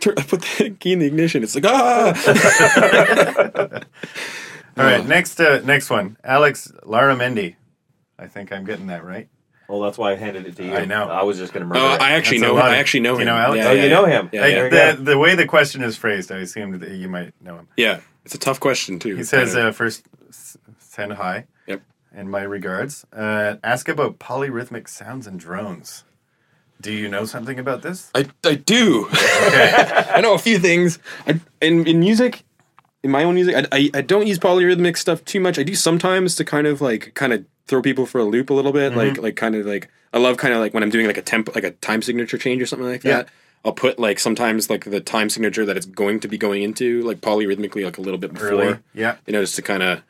S1: Turn- I put the key in the ignition. It's like ah.
S4: All right, next uh, next one, Alex Laramendi. I think I'm getting that right.
S2: Well, that's why I handed it to you.
S4: I know.
S2: I was just going to murder
S1: Oh,
S2: it.
S1: I actually
S4: That's a
S1: know.
S4: lot
S1: I
S4: of-
S1: actually know
S4: you
S1: him.
S4: know Alex?
S1: Yeah,
S2: oh,
S1: yeah,
S2: you know
S1: yeah.
S2: him.
S1: Yeah,
S4: Like,
S1: yeah,
S2: there
S4: the,
S2: you go.
S4: the way the question is phrased, I assumed that you might know him.
S1: Yeah, it's a tough question too.
S4: He says,
S1: Kind of.
S4: uh, first, s- send hi.
S1: Yep.
S4: And my regards. Uh, ask about polyrhythmic sounds and drones. Do you know something about this?
S1: I, I do.
S4: Okay.
S1: I know a few things. I, in in music, in my own music, I, I I don't use polyrhythmic stuff too much. I do sometimes to kind of like kind of throw people for a loop a little bit.
S4: Mm-hmm.
S1: Like like kind of like I love kind of like when I'm doing like a temp like a time signature change or something like
S4: Yeah.
S1: that. I'll put like sometimes like the time signature that it's going to be going into like polyrhythmically like a little bit before.
S4: Early. Yeah.
S1: You know, just to kind of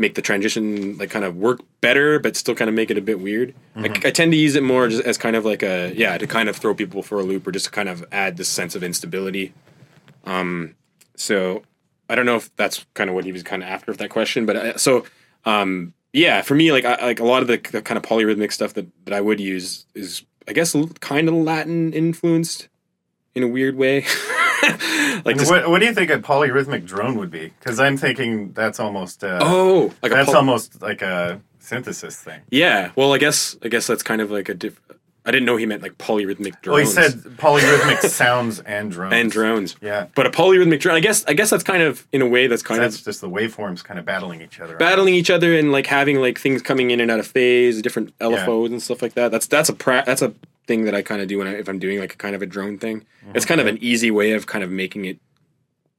S1: make the transition like kind of work better, but still kind of make it a bit weird. I, I tend to use it more just as kind of like a yeah to kind of throw people for a loop or just to kind of add this sense of instability. Um, so I don't know if that's kind of what he was kind of after with that question, but I, so um, yeah, for me like I, like a lot of the, the kind of polyrhythmic stuff that that I would use is I guess a little- kind of Latin influenced in a weird way. like
S4: And
S1: just,
S4: what, what do you think a polyrhythmic drone would be? Because I'm thinking that's almost uh,
S1: oh like
S4: that's
S1: a poly-
S4: almost like a synthesis thing.
S1: Yeah. Well, I guess I guess that's kind of like a diff. I didn't know he meant like polyrhythmic drones.
S4: Well, Oh, he said polyrhythmic sounds and drones.
S1: and drones.
S4: Yeah.
S1: But a polyrhythmic drone. I guess I guess that's kind of in a way that's kind
S4: That's
S1: of
S4: just the waveforms kind of battling each other.
S1: battling each other and like having like things coming in and out of phase, different LFOs and stuff like that. That's that's a pra- that's a thing that I kind of do when I, if I'm doing like a kind of a drone thing.
S4: Mm-hmm.
S1: It's kind of an easy way of kind of making it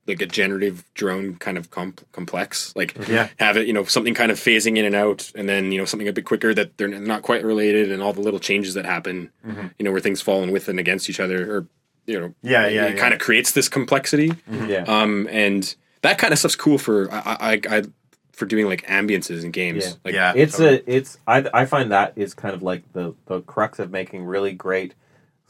S1: like a generative drone kind of comp- complex like
S4: Mm-hmm. Yeah.
S1: have it you know something kind of phasing in and out and then you know something a bit quicker that they're not quite related and all the little changes that happen you know where things fall in with and against each other or you know
S4: Mm-hmm. Yeah, yeah,
S1: it
S4: yeah. Mm-hmm.
S1: kind of creates this complexity
S2: yeah.
S1: um, and that kind of stuff's cool for I, I, I for doing like ambiences in games.
S2: Yeah.
S1: Like,
S4: yeah.
S2: it's
S4: totally.
S2: a it's I, I find that is kind of like the the crux of making really great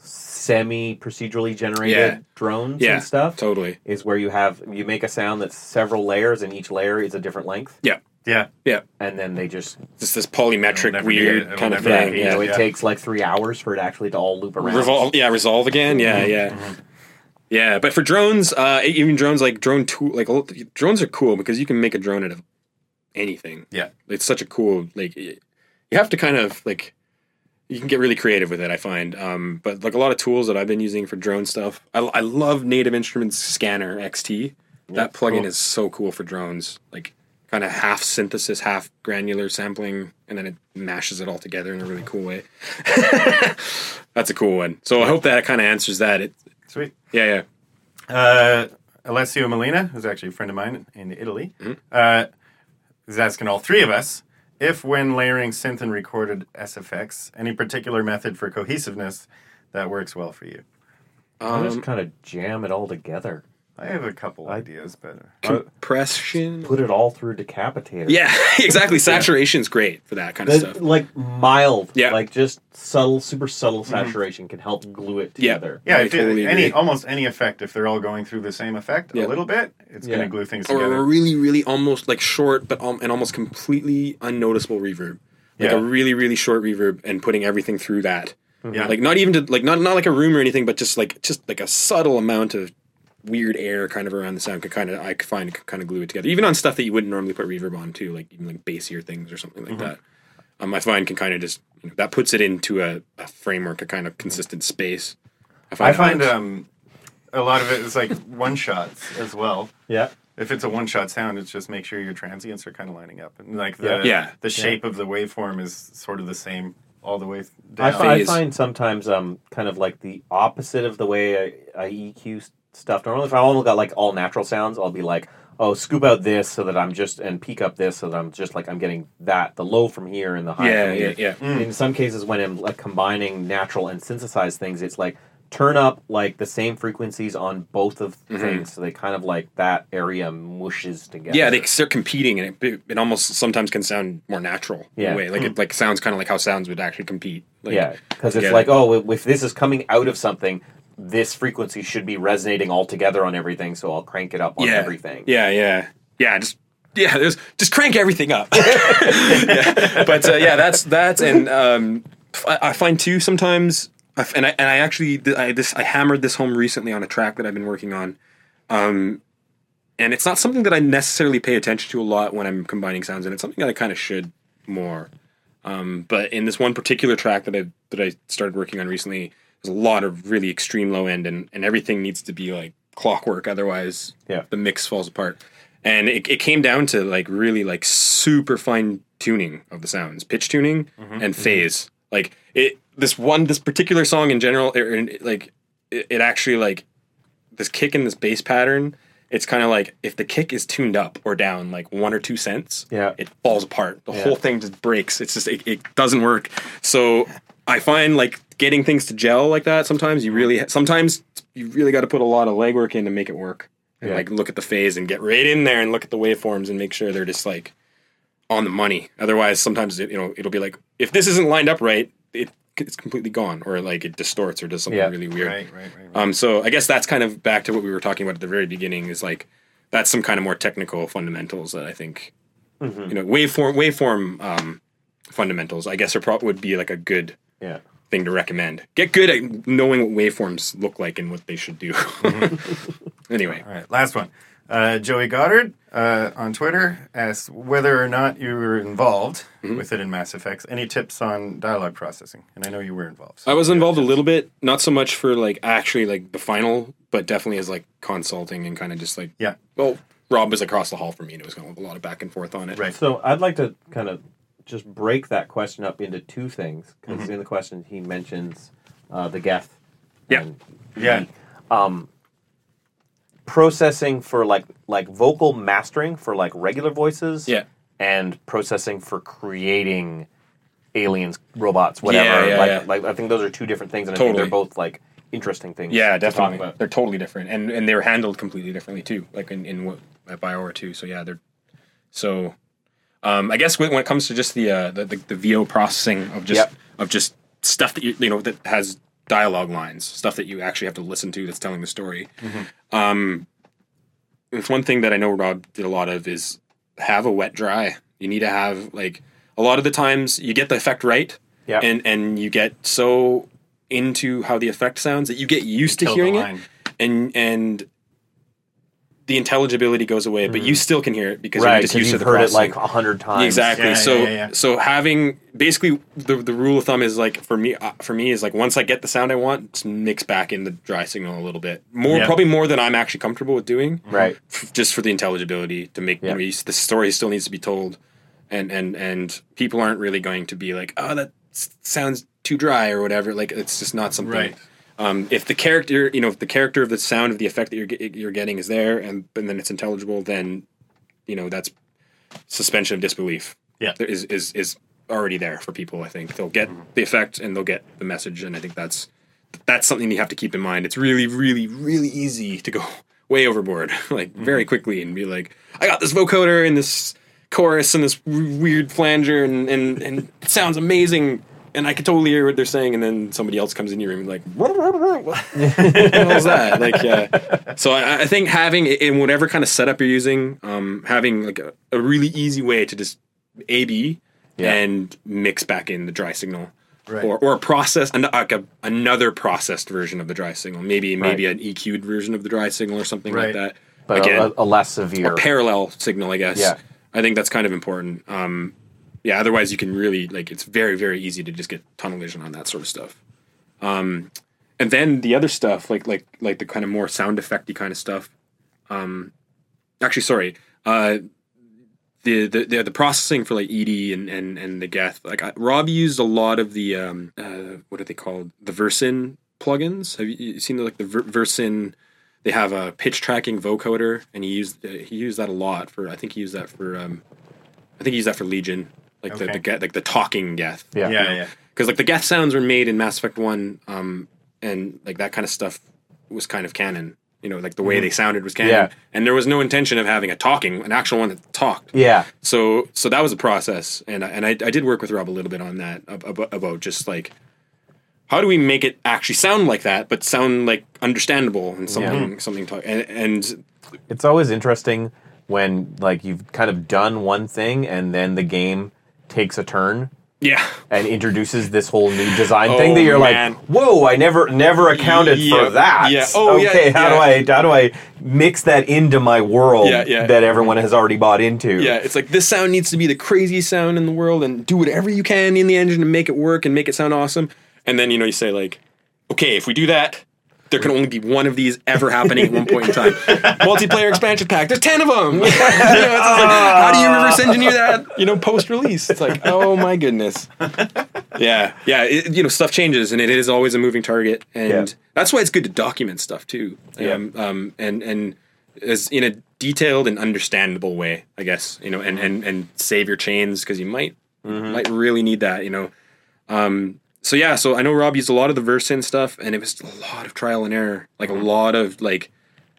S2: semi procedurally generated
S1: Yeah.
S2: drones
S1: Yeah.
S2: and stuff
S1: totally.
S2: is where you have you make a sound that's several layers and each layer is a different length
S1: Yeah,
S4: yeah.
S1: yeah.
S2: and then they just
S1: It's this
S4: It'll
S1: polymetric
S4: never
S1: weird
S4: be- it'll
S1: kind of
S4: never
S1: thing.
S4: be,
S2: you know
S1: Yeah.
S2: it
S4: Yeah.
S2: takes like three hours for it actually to all loop around
S1: Revolve, yeah, resolve again. Yeah,
S4: Mm-hmm.
S1: yeah, yeah. But for drones, uh, even drones like drone tool, like all- drones are cool because you can make a drone out of anything.
S4: Yeah.
S1: it's such a cool like y- you have to kind of like you can get really creative with it i find um, but like a lot of tools that i've been using for drone stuff i, I love native instruments scanner xt that plugin
S4: cool.
S1: is so cool for drones like kind of half synthesis half granular sampling and then it mashes it all together in a really cool way that's a cool one so i hope that kind of answers that it
S4: Sweet.
S1: yeah yeah
S4: Uh, Alessio Molina, who's actually a friend of mine in Italy,
S1: Mm-hmm.
S4: uh, is asking all three of us if, when layering synth and recorded SFX, any particular method for cohesiveness that works well for you.
S2: I
S1: Um,
S2: just kind of jam it all together
S4: I have a couple ideas, but uh,
S1: compression
S2: put it all through decapitator
S1: yeah exactly saturation's great for that kind of
S2: The-
S1: stuff
S2: like mild
S1: Yeah.
S2: like just subtle super subtle saturation can help glue it
S1: Yeah.
S2: together
S4: yeah,
S1: I
S4: I feel
S1: totally
S4: any
S1: agree.
S4: almost any effect if they're all going through the same effect
S1: Yeah.
S4: a little bit, it's
S2: Yeah.
S4: going to glue things
S1: or a
S4: together.
S1: really really almost like short but um, and almost completely unnoticeable reverb like
S4: Yeah. Mm-hmm.
S1: a really really short reverb and putting everything through that
S4: Yeah.
S1: like not even to like not not like a room or anything but just like just like a subtle amount of weird air kind of around the sound could kind of i could find could kind of glue it together even on stuff that you wouldn't normally put reverb on too like even like bassier things or something
S4: Mm-hmm.
S1: like that um, i find can kind of just you know, that puts it into a, a framework a kind of consistent space
S4: I
S1: that
S4: find
S1: works.
S4: um, a lot of it is like one shots as well.
S2: yeah
S4: if it's a one shot sound, it's just make sure your transients are kind of lining up, and like the
S2: Yeah.
S1: Yeah.
S4: the shape of the waveform is sort of the same all the way
S2: I,
S4: down.
S2: fi- I
S1: phase.
S2: find sometimes um kind of like the opposite of the way I, I EQ s- stuff. Normally, if I only got like all natural sounds, I'll be like, oh, scoop out this so that I'm just and peak up this so that I'm just like I'm getting that the low from here and the high.
S1: yeah
S2: from
S1: yeah
S2: here.
S1: yeah
S2: In some cases, when I'm like combining natural and synthesized things, it's like turn up like the same frequencies on both of
S1: Mm-hmm.
S2: things, so they kind of like that area mushes together.
S1: Yeah, they, they're competing, and it, it almost sometimes can sound more natural in
S2: Yeah. Hmm.
S1: a way. Like it like sounds kind of like how sounds would actually compete. Like,
S2: yeah, because it's
S1: together.
S2: like, oh, if- if this is coming out of something, this frequency should be resonating all together on everything, so I'll crank it up on
S1: yeah.
S2: everything.
S1: Yeah, yeah, yeah. Just yeah, there's just crank everything up. Yeah. But uh, yeah, that's that's and um, I, I find too sometimes, I f- and I and I actually th- I this I hammered this home recently on a track that I've been working on, um, and it's not something that I necessarily pay attention to a lot when I'm combining sounds, and it's something that I kind of should more. Um, but in this one particular track that I that I started working on recently, there's a lot of really extreme low end, and and everything needs to be like clockwork, otherwise
S2: Yeah.
S1: the mix falls apart. And it, it came down to like really like super fine tuning of the sounds, pitch tuning and phase. Like it, this one, this particular song in general, er, in- like it, it actually like this kick and this bass pattern. It's kind of like if the kick is tuned up or down like one or two cents,
S2: Yeah.
S1: it falls apart. The whole thing just breaks. It's just it, it doesn't work. So I find like getting things to gel like that. Sometimes you really sometimes you really got to put a lot of legwork in to make it work. And
S2: Yeah.
S1: like look at the phase and get right in there and look at the waveforms and make sure they're just like on the money. Otherwise, sometimes it, you know it'll be like if this isn't lined up right, it it's completely gone or like it distorts or does something
S2: Yeah.
S1: really weird.
S4: Right, right, right.
S1: Um, so I guess that's kind of back to what we were talking about at the very beginning is like that's some kind of more technical fundamentals that I think
S4: Mm-hmm.
S1: you know waveform waveform um, fundamentals I guess are prob would be like a good
S2: Yeah.
S1: thing to recommend. Get good at knowing what waveforms look like and what they should do. anyway,
S4: All right, last one. Uh, Joey Goddard uh, on Twitter asks whether or not you were involved
S1: Mm-hmm.
S4: with it in Mass Effects. Any tips on dialogue processing? And I know you were involved. so-
S1: I was involved a little bit, not so much for like actually like the final, but definitely as like consulting and kind of just like
S4: yeah.
S1: well, Rob was across the hall from me and it was going a lot of back and forth on it.
S4: Right.
S2: So I'd like to kind of just break that question up into two things because
S1: Mm-hmm.
S2: in the question he mentions uh, the Geth.
S1: Yeah.
S2: and
S4: Yeah.
S2: processing for like like vocal mastering for like regular voices.
S1: Yeah.
S2: And processing for creating aliens, robots, whatever.
S1: Yeah, yeah,
S2: like,
S1: yeah.
S2: like I think those are two different things, and I think
S1: Totally.
S2: they're both like interesting things.
S1: Yeah,
S2: to
S1: definitely.
S2: Talk about.
S1: They're totally different, and and they're handled completely differently too. Like in in what at Bioware too. So yeah, they're so. Um, I guess when, when it comes to just the uh, the, the the VO processing of just
S2: Yep.
S1: of just stuff that you you know that has dialogue lines, stuff that you actually have to listen to that's telling the story. Um, it's one thing that I know Rob did a lot of is have a wet dry. You need to have like a lot of the times you get the effect right,
S2: Yeah.
S1: and and you get so into how the effect sounds that you get used to
S4: Kill the
S1: hearing it
S4: line.
S1: and and the intelligibility goes away but you still can hear it because
S2: right,
S1: you're just
S2: because
S1: used
S2: you've
S1: to the
S2: heard it
S1: processing.
S2: like a hundred times.
S1: Exactly.
S4: Yeah,
S1: so
S4: yeah, yeah, yeah.
S1: so having basically the the rule of thumb is like for me uh, for me is like once I get the sound I want, just mix back in the dry signal a little bit more,
S4: Yeah.
S1: probably more than I'm actually comfortable with doing,
S2: Right.
S1: f- just for the intelligibility to make
S2: Yeah.
S1: you know, you s- the story still needs to be told, and and and people aren't really going to be like oh that s- sounds too dry or whatever. Like it's just not something.
S4: Right.
S1: Um, if the character, you know, if the character of the sound of the effect that you're ge- you're getting is there, and and then it's intelligible, then you know that's suspension of disbelief
S4: Yeah.
S1: there is is is already there for people i think they'll get the effect and they'll get the message and i think that's that's something you have to keep in mind it's really really really easy to go way overboard like very quickly and be like i got this vocoder and this chorus and this w- weird flanger and and and it sounds amazing and I can totally hear what they're saying, and then somebody else comes in your room and like, what the hell's that? Like, yeah. So I, I think having in whatever kind of setup you're using, um, having like a, a really easy way to just AB
S2: Yeah.
S1: and mix back in the dry signal,
S4: Right.
S1: or or process an, like a, another processed version of the dry signal, maybe maybe an EQ'd version of the dry signal or something
S4: Right.
S1: like that.
S2: But
S1: Again,
S2: a, a less severe.
S1: parallel signal, I guess.
S2: Yeah.
S1: I think that's kind of important. Um, yeah, otherwise you can really like it's very very easy to just get tunnel vision on that sort of stuff. Um, and then the other stuff like like like the kind of more sound effecty kind of stuff. Um, actually, sorry. Uh, the, the the the processing for like ED and and and the Geth like I, Rob used a lot of the um uh, what are they called the Versin plugins. Have you, you seen the, like the Ver- Versin? They have a pitch tracking vocoder, and he used uh, he used that a lot for. I think he used that for um, I think he used that for Legion, like the,
S4: Okay.
S1: the Geth, like the talking Geth
S2: Yeah.
S4: Yeah, yeah.
S1: because like the Geth sounds were made in Mass Effect One, um, and like that kind of stuff was kind of canon. You know, like the way they sounded was canon,
S2: Mm-hmm. Yeah.
S1: and there was no intention of having a talking, an actual one that talked.
S2: Yeah.
S1: So, so that was a process, and I, and I, I did work with Rob a little bit on that ab- ab- about just like how do we make it actually sound like that, but sound like understandable and something something talk and, and
S2: It's always interesting when like you've kind of done one thing and then the game takes a turn
S1: yeah.
S2: and introduces this whole new design
S1: Oh,
S2: thing that you're
S1: man.
S2: like, whoa, I never never accounted
S1: Yeah,
S2: for that.
S1: yeah. Oh, yeah,
S2: okay,
S1: yeah.
S2: how do I how do I mix that into my world
S1: Yeah, yeah.
S2: that everyone has already bought into?
S1: Yeah, it's like this sound needs to be the craziest sound in the world, and do whatever you can in the engine to make it work and make it sound awesome. And then you know you say like, okay, if we do that, there can only be one of these ever happening at one point in time. Multiplayer expansion pack. There's ten of them. you know, it's just like, how do you reverse engineer that? You know, post release. It's like, oh my goodness. Yeah, yeah. It, you know, stuff changes, and it is always a moving target, and
S2: Yeah.
S1: that's why it's good to document stuff too.
S2: Yeah.
S1: Um, um, and and as in a detailed and understandable way, I guess. You know, and and and save your chains because you might might really need that. You know. Um. So yeah. So I know Rob used a lot of the Versyn stuff, and it was a lot of trial and error, like a lot of like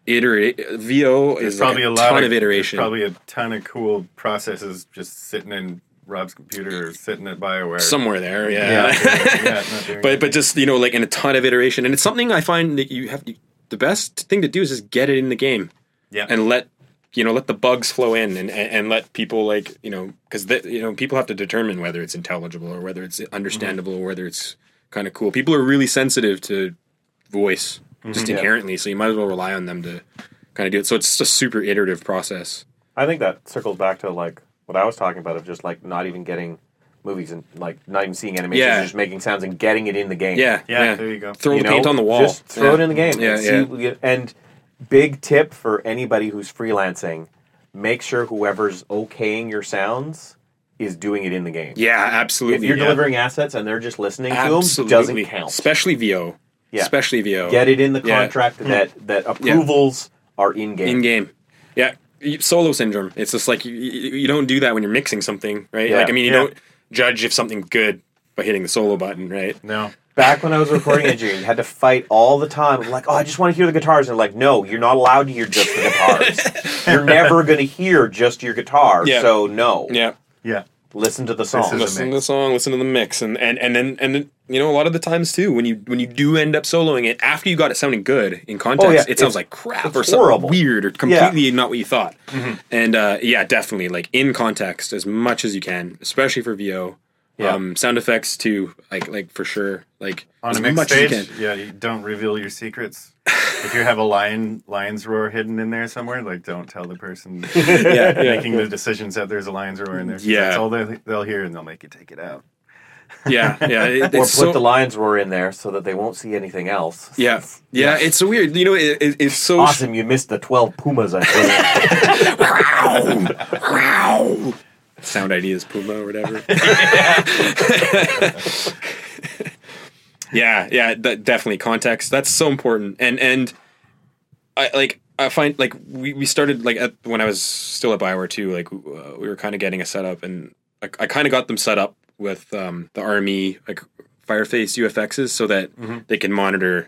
S1: iterate. Vo is like
S4: probably
S1: a,
S4: a lot
S1: ton of,
S4: there's
S1: iteration.
S4: Probably a ton of cool processes just sitting in Rob's computer, or sitting at Bioware.
S1: somewhere there.
S4: Yeah,
S1: yeah.
S4: yeah, not doing
S1: but but just you know like in a ton of iteration and it's something i find that you have the best thing to do is just get it in the game
S4: Yeah.
S1: and let you know let the bugs flow in and and, and let people like you know because you know people have to determine whether it's intelligible or whether it's understandable or whether it's kind of cool people are really sensitive to voice
S2: Mm-hmm.
S1: just inherently so you might as well rely on them to kind of do it so it's a super iterative process
S2: I think that circles back to like what I was talking about of just like not even getting movies and like not even seeing animations,
S1: Yeah.
S2: just making sounds and getting it in the game.
S1: yeah
S4: Yeah, there you go.
S1: throw
S2: You
S1: the paint
S2: know,
S1: on the wall
S2: Just throw
S1: Yeah.
S2: it in the game.
S1: yeah
S2: and,
S1: yeah
S2: see- and big tip for anybody who's freelancing: make sure whoever's okaying your sounds is doing it in the game.
S1: yeah
S2: If
S1: absolutely
S2: you're
S1: yeah.
S2: delivering assets and they're just listening
S1: Absolutely.
S2: to them, doesn't count.
S1: Especially VO.
S2: Yeah.
S1: Especially VO.
S2: Get it in the
S1: Yeah.
S2: contract that that approvals are in game.
S1: In game. Yeah. You- Solo syndrome. It's just like you, you you don't do that when you're mixing something, right?
S2: Yeah.
S1: Like, I mean, you
S4: Yeah.
S1: don't judge if something's good by hitting the solo button, right?
S4: no.
S2: back when I was a recording engineer, you had to fight all the time. Like, oh, I just want to hear the guitars. And like, no, you're not allowed to hear just the guitars. you're never going to hear just your guitar.
S1: Yeah.
S2: So no,
S1: Yeah.
S4: Yeah.
S2: listen to the song.
S4: is-
S1: Listen to
S4: mix.
S1: the song, listen to the mix, and and and then and then, you know a lot of the times too when you when you do end up soloing it after you got it sounding good in context,
S2: Oh, yeah.
S1: it sounds
S2: It's-
S1: like crap
S2: it's
S1: or something
S2: horrible.
S1: weird or completely not what you thought. And uh, yeah, definitely like in context as much as you can, especially for VO.
S2: Yeah.
S1: Um, sound effects too, like like for sure, like
S4: On
S1: as
S4: a mixed
S1: much as you
S4: stage,
S1: can.
S4: yeah, you don't reveal your secrets. if you have a lion, lion's roar hidden in there somewhere, like don't tell the person
S1: Yeah, yeah,
S4: making the decisions that there's a lion's roar in there. 'cause
S1: Yeah.
S4: that's all they, they'll hear, and they'll make you take it out.
S1: yeah, yeah. it- it's
S2: or put
S1: so-
S2: the lion's roar in there so that they won't see anything else.
S1: yeah, yeah, It's so weird, you know. It, it, it's so
S2: Awesome, you missed the twelve pumas. I think.
S1: sound ideas puma or whatever yeah yeah that definitely context that's so important and and i like i find like we, we started like at when i was still at bioware too like uh, we were kind of getting a setup and i, I kind of got them set up with um, the army like fireface ufxs so that
S4: Mm-hmm.
S1: they can monitor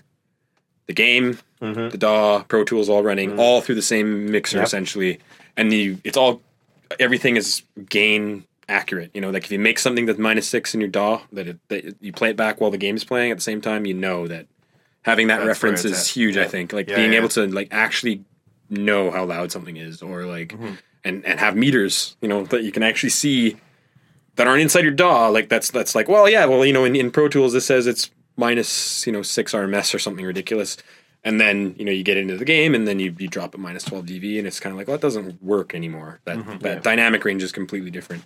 S1: the game the daw pro tools all running
S4: Mm-hmm.
S1: all through the same mixer
S2: Yep.
S1: essentially and the it's all everything is gain accurate. You know, like if you make something that's minus six in your DAW, that, it, that it- you play it back while the game's playing at the same time, you know that having that
S4: That's
S1: reference
S4: where
S1: is
S4: it's at.
S1: huge. I think like
S4: Yeah,
S1: being
S4: yeah,
S1: able to like actually know how loud something is, or like
S4: Mm-hmm.
S1: and and have meters, you know, that you can actually see that aren't inside your DAW. Like that's that's like well, yeah, well, you know, in, in Pro Tools this says it's minus you know six RMS or something ridiculous. And then you know you get into the game, and then you, you drop at minus twelve dV, and it's kind of like, well, it doesn't work anymore. That
S4: Mm-hmm.
S1: that dynamic range is completely different.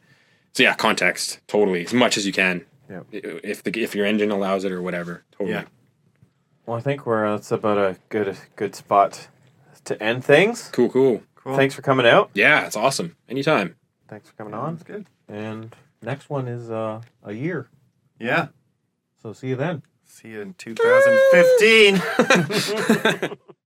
S1: So yeah, context totally as much as you can.
S2: Yep.
S1: I- If the if your engine allows it or whatever, totally.
S4: Yeah.
S2: well, I think we're uh, that's about a good good spot to end things.
S1: Cool, cool.
S4: Cool.
S2: Thanks for coming out.
S1: Yeah, it's awesome. Anytime.
S2: Thanks for coming on.
S4: Sounds good.
S2: And next one is uh, a year.
S4: Yeah.
S2: So see you then.
S4: See you in 2015.